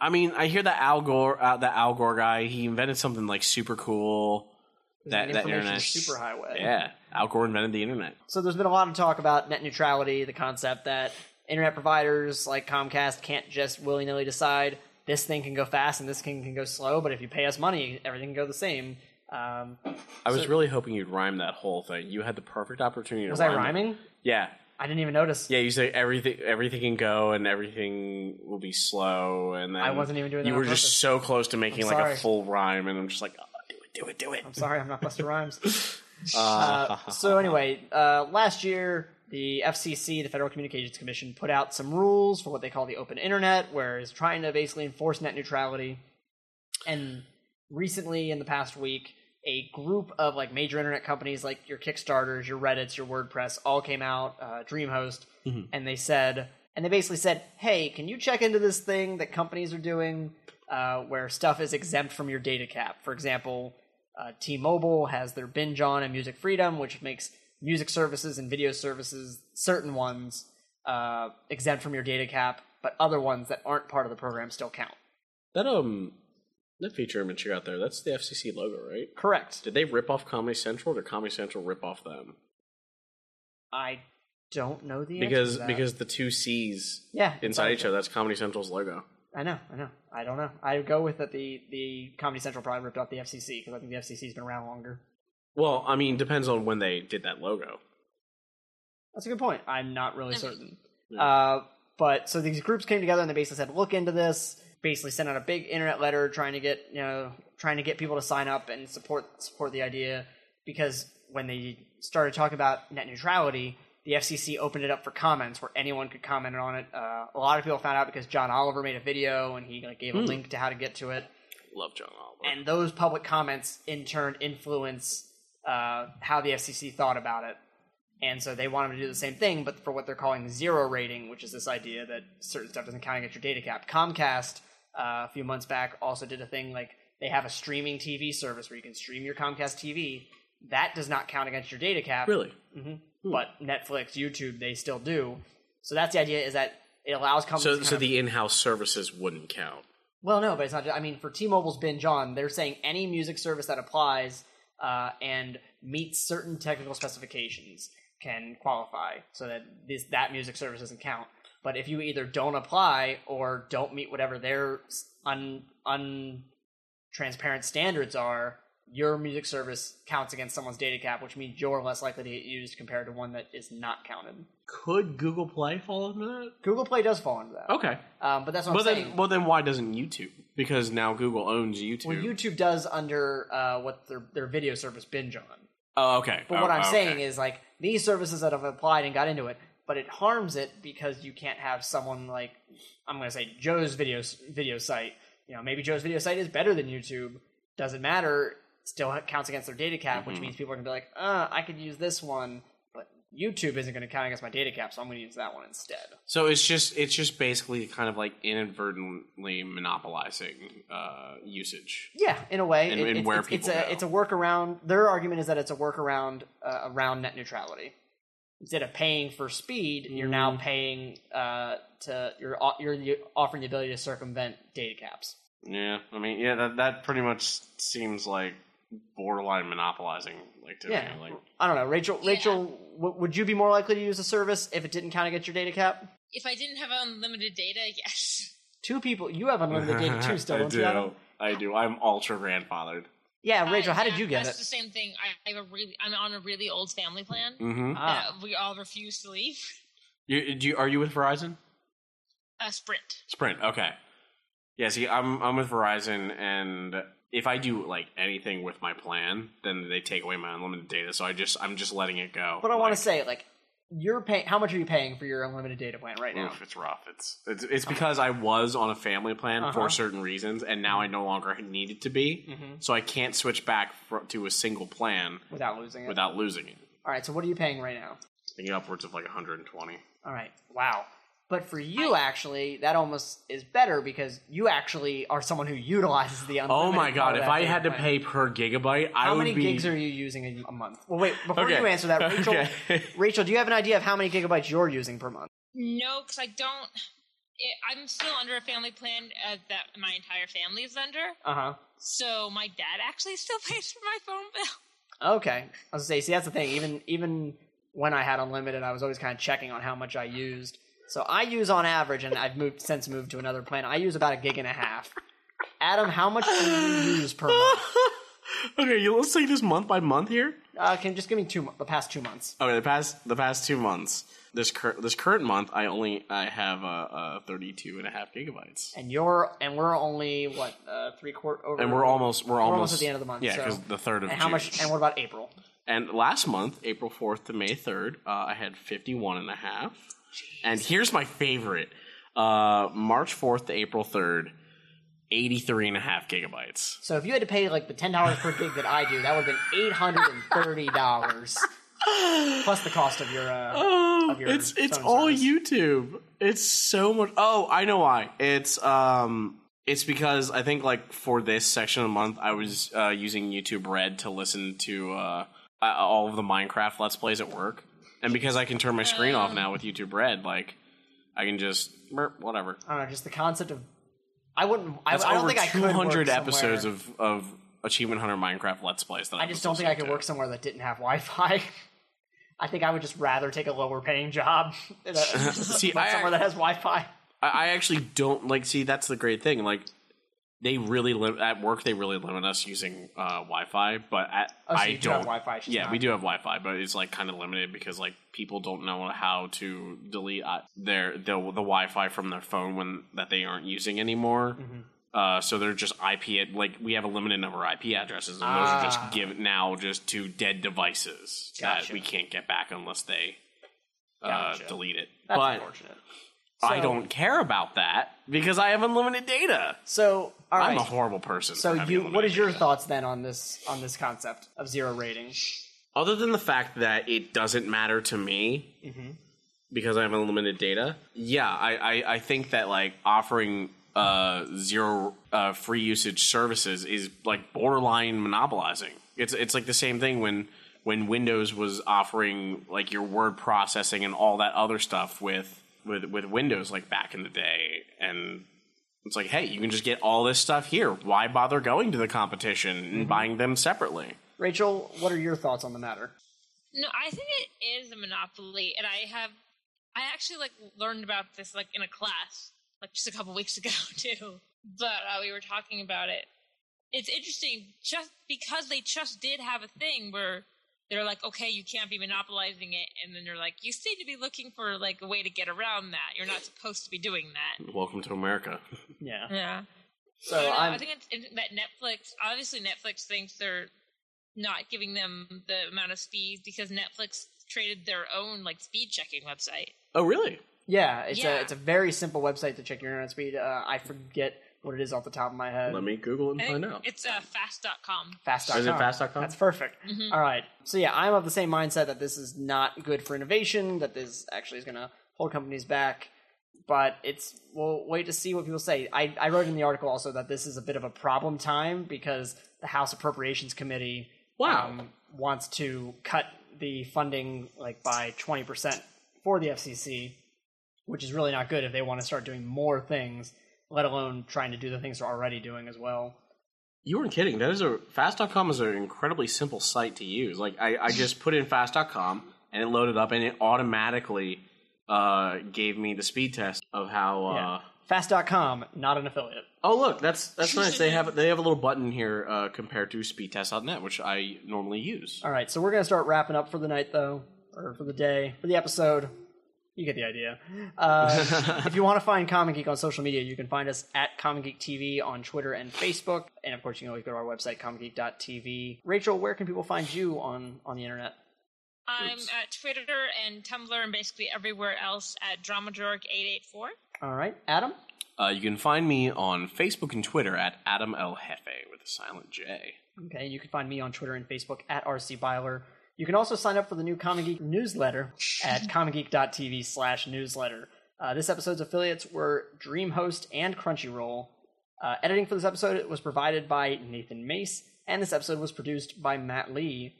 B: I mean, I hear that Al Gore, uh, that Al Gore guy, he invented something like super cool. That
A: an
B: that
A: information
B: internet
A: superhighway.
B: Yeah, Al Gore invented the internet.
A: So there's been a lot of talk about net neutrality, the concept that internet providers like Comcast can't just willy nilly decide this thing can go fast and this thing can go slow, but if you pay us money, everything can go the same. Um,
B: I was really hoping you'd rhyme that whole thing. You had the perfect opportunity.
A: was
B: to
A: I
B: rhyme that.
A: rhyming?
B: Yeah,
A: I didn't even notice.
B: yeah. You say everything, everything can go, and everything will be slow, and then
A: I wasn't even doing that
B: You
A: on
B: were
A: purpose.
B: just so close to making like
A: sorry.
B: a full rhyme, and I'm just like, oh, do it, do it, do it.
A: I'm sorry, I'm not Buster Rhymes. Uh, so anyway, uh, last year the FCC, the Federal Communications Commission, put out some rules for what they call the open internet, where it's trying to basically enforce net neutrality. and recently in the past week, a group of like major internet companies, like your Kickstarters, your Reddit's, your WordPress, all came out. Uh, DreamHost, and they said, and they basically said, "Hey, can you check into this thing that companies are doing, uh, where stuff is exempt from your data cap? For example, uh, T-Mobile has their binge on and music freedom, which makes music services and video services certain ones uh, exempt from your data cap, but other ones that aren't part of the program still count."
B: That um, that feature image you got there. That's the FCC logo, right?
A: Correct.
B: Did they rip off Comedy Central? or Did Comedy Central rip off them?
A: I don't know the answer
B: Because
A: to that.
B: because the two C's
A: yeah
B: inside each other. That's Comedy Central's logo.
A: I know, I know. I don't know. I would go with that the the Comedy Central probably ripped off the FCC because I think the FCC's been around longer.
B: Well, I mean, depends on when they did that logo.
A: That's a good point. I'm not really certain.
B: Yeah.
A: Uh, but so these groups came together and they basically said, "Look into this." Basically, sent out a big internet letter trying to get you know trying to get people to sign up and support support the idea because when they started talking about net neutrality, the FCC opened it up for comments where anyone could comment on it. Uh, a lot of people found out because John Oliver made a video and he like gave a link to how to get to it.
B: Love John Oliver.
A: and those public comments in turn influence uh, how the FCC thought about it. And so they want them to do the same thing, but for what they're calling the zero rating, which is this idea that certain stuff doesn't count against your data cap. Comcast uh, a few months back also did a thing like they have a streaming TV service where you can stream your Comcast TV. That does not count against your data cap Mm-hmm.
B: really,
A: but Netflix, YouTube, they still do. So that's the idea is that it allows companies. to
B: so
A: kind
B: so
A: of-
B: the in-house services wouldn't count.
A: well, no, but it's not. Just, I mean, for T-Mobile's binge on, they're saying any music service that applies uh, and meets certain technical specifications can qualify, so that this that music service doesn't count. But if you either don't apply or don't meet whatever their s- un un transparent standards are, your music service counts against someone's data cap, which means you're less likely to get used compared to one that is not counted.
B: Could Google Play fall under that?
A: Google Play does fall into that,
B: Okay.
A: um, but that's what
B: Oh. Well
A: I'm saying.
B: then, well then, why doesn't YouTube? Because now Google owns YouTube.
A: Well, YouTube does under uh, what their their video service binge on.
B: oh, okay.
A: But what I'm saying is like these services that have applied and got into it, but it harms it because you can't have someone like I'm going to say Joe's video video site. You know, maybe Joe's video site is better than YouTube. Doesn't matter. Still counts against their data cap,
B: Mm-hmm.
A: which means people are going to be like, uh, I could use this one, but YouTube isn't going to count against my data cap, so I'm going to use that one instead.
B: so it's just it's just basically kind of like inadvertently monopolizing uh, usage.
A: Yeah, in a way,
B: And-
A: it-
B: and
A: it's,
B: where
A: it's, it's
B: people
A: a
B: go.
A: it's a workaround. Their argument is that it's a workaround uh, around net neutrality. Instead of paying for speed, you're now
B: Mm.
A: paying uh, to you're o- you're the- offering the ability to circumvent data caps.
B: Yeah, I mean, yeah, that that pretty much seems like borderline monopolizing, like to
A: Yeah,
B: me. Like,
A: I don't know, Rachel. Rachel, w- would you be more likely to use a service if it didn't count against your data cap?
C: If I didn't have unlimited data, yes.
A: Two people, you have unlimited data too, still,
B: I
A: don't you? Adam?
B: do. I do. I'm ultra grandfathered.
A: Yeah, Rachel, how did
C: Yeah,
A: you get
C: that's the
A: it?
C: same thing. I I have a really, I'm on a really old family plan
B: Mm-hmm.
A: Ah,
C: that we all refuse to leave.
B: You, do you, are you with Verizon?
C: A sprint.
B: Sprint. Okay. Yeah. See, I'm I'm with Verizon, and if I do like anything with my plan, then they take away my unlimited data. So I just I'm just letting it go.
A: but I want
B: Like,
A: to say, like, you're paying. How much are you paying for your unlimited data plan right now?
B: Oof, it's rough. It's it's it's because I was on a family plan
A: Uh-huh. Mm-hmm.
B: for certain reasons, and now I no longer need it to be. So I can't switch back fr- to a single plan
A: Without losing it.
B: without losing it.
A: All right, so what are you paying right now?
B: I think upwards of like 120.
A: All right. Wow. But for you, actually, that almost is better because you actually are someone who utilizes the unlimited.
B: Oh my
A: part
B: god!
A: of
B: If
A: that
B: I
A: data
B: had to
A: plan.
B: pay per gigabyte, I
A: how
B: would
A: many
B: be.
A: gigs are you using a, a month? Well, wait. Before
B: Okay.
A: you answer that, Rachel,
B: Okay.
A: Rachel, do you have an idea of how many gigabytes you're using per month?
C: No, because I don't. It, I'm still under a family plan uh, that my entire family is under.
A: Uh huh.
C: So my dad actually still pays for my phone bill.
A: Okay. I was gonna say, see, that's the thing. Even even when I had unlimited, I was always kind of checking on how much I used. So I use on average, and I've moved since moved to another plan. I use about a gig and a half. Adam, how much do you use per month?
B: okay, you, let's take this month by month here.
A: Uh, can just give me two mo- the past two months.
B: Okay, the past the past two months, this cur- this current month, I only I have uh, uh 32 and a half gigabytes,
A: and you're and we're only what uh, three quarter over,
B: and we're almost we're,
A: almost
B: almost,
A: at the end of the month,
B: Yeah,
A: so-
B: because the third of
A: And how
B: June.
A: much? And what about April?
B: And last month, April 4th to May 3rd, uh, I had 51 and a half. And here's my favorite. Uh, March 4th to April 3rd, 83 and a half gigabytes.
A: So if you had to pay like the ten dollars per gig that I do, that would have been eight hundred and thirty dollars plus the cost of your. Uh,
B: Oh,
A: of your
B: it's it's
A: phone
B: all
A: service.
B: YouTube. It's so much. Oh, I know why. It's um, it's because I think like for this section of the month, I was uh, using YouTube Red to listen to uh, uh, all of the Minecraft Let's Plays at work, and because I can turn my screen off now with YouTube Red, like I can just merp, whatever.
A: I don't know, just the concept of. I wouldn't. I,
B: That's
A: I don't
B: over
A: think I could.
B: two
A: work
B: hundred episodes
A: somewhere-
B: of of Achievement Hunter Minecraft Let's Plays. That
A: I just don't think I could work somewhere that didn't have Wi-Fi. I think I would just rather take a lower paying job in a,
B: See,
A: but
B: I-
A: somewhere that has Wi-Fi.
B: I, I actually don't like. See, that's the great thing. Like, they really lim- at work. They really limit us using uh, Wi-Fi, but at,
A: Oh, so
B: I
A: you do
B: don't.
A: have Wi-Fi, she's
B: yeah,
A: not.
B: we do have Wi-Fi, but it's like kind of limited because like people don't know how to delete uh, their the, the Wi-Fi from their phone when that they aren't using anymore.
A: Mm-hmm.
B: Uh, so they're just IP ad- like we have a limited number of IP addresses, and those are
A: Ah.
B: just given now just to dead devices
A: Gotcha.
B: that we can't get back unless they uh,
A: Gotcha.
B: delete it.
A: That's
B: but
A: unfortunate.
B: I
A: So-
B: don't care about that because I have unlimited data.
A: So, all
B: I'm a
A: right.
B: horrible person. for
A: so
B: having
A: you,
B: unlimited
A: what is your
B: data.
A: thoughts then on this on this concept of zero rating?
B: Other than the fact that it doesn't matter to me because I have unlimited data, yeah, I, I, I think that like offering uh, zero uh, free usage services is like borderline monopolizing. It's it's like the same thing when when Windows was offering like your word processing and all that other stuff with with with Windows like back in the day and It's like, hey, you can just get all this stuff here. Why bother going to the competition and buying them separately?
A: Rachel, what are your thoughts on the matter?
C: No, I think it is a monopoly, and I have, I actually like learned about this like in a class, like just a couple weeks ago too. But uh, we were talking about it. It's interesting, just because they just did have a thing where they're like, okay, you can't be monopolizing it, and then they're like, you seem to be looking for like a way to get around that. You're not supposed to be doing that.
B: Welcome to America.
A: Yeah.
C: Yeah.
A: So
C: I, don't know, I
A: I'm
C: think it's, it's that Netflix. Obviously, Netflix thinks they're not giving them the amount of speed because Netflix created their own like speed checking website.
B: Oh, really?
A: yeah, it's
C: Yeah.
A: a it's a very simple website to check your internet speed. Uh, I forget what it is off the top of my head.
B: Let me Google and
C: I think
B: find out.
C: It's uh, fast.com.
A: Fast.com.
B: Is it fast.com?
A: That's perfect. All right. So yeah, I'm of the same mindset that this is not good for innovation. That this actually is going to hold companies back. But it's we'll wait to see what people say. I, I wrote in the article also that this is a bit of a problem time because the House Appropriations Committee um,
B: Wow.
A: wants to cut the funding like by twenty percent for the FCC, which is really not good if they want to start doing more things, let alone trying to do the things they're already doing as well.
B: You weren't kidding. That is a fast.com is an incredibly simple site to use. Like I, I just put in fast.com and it loaded up and it automatically uh, gave me the speed test of how uh,
A: Yeah. Fast.com, not an affiliate.
B: Oh look, that's that's nice. They have they have a little button here uh, compared to speedtest.net, which I normally use.
A: All right, so we're gonna start wrapping up for the night, though, or for the day, for the episode. You get the idea. Uh, if you want to find Common Geek on social media, you can find us at Common Geek TV on Twitter and Facebook, and of course, you can always go to our website, commongeek.tv. Rachel, where can people find you on on the internet?
C: I'm at Twitter and Tumblr and basically everywhere else at Dramadork884.
A: All right, Adam.
B: Uh, you can find me on Facebook and Twitter at Adam L. Hefe with a silent J.
A: Okay, and you can find me on Twitter and Facebook at RC Byler. You can also sign up for the new Comic Geek newsletter at comicgeek.tv slash newsletter. Uh, this episode's affiliates were DreamHost and Crunchyroll. Uh, editing for this episode was provided by Nathan Mace, and this episode was produced by Matt Lee.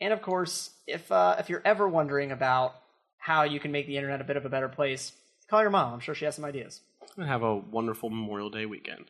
A: And of course, if uh, if you're ever wondering about how you can make the internet a bit of a better place, call your mom. I'm sure she has some ideas.
B: And have a wonderful Memorial Day weekend.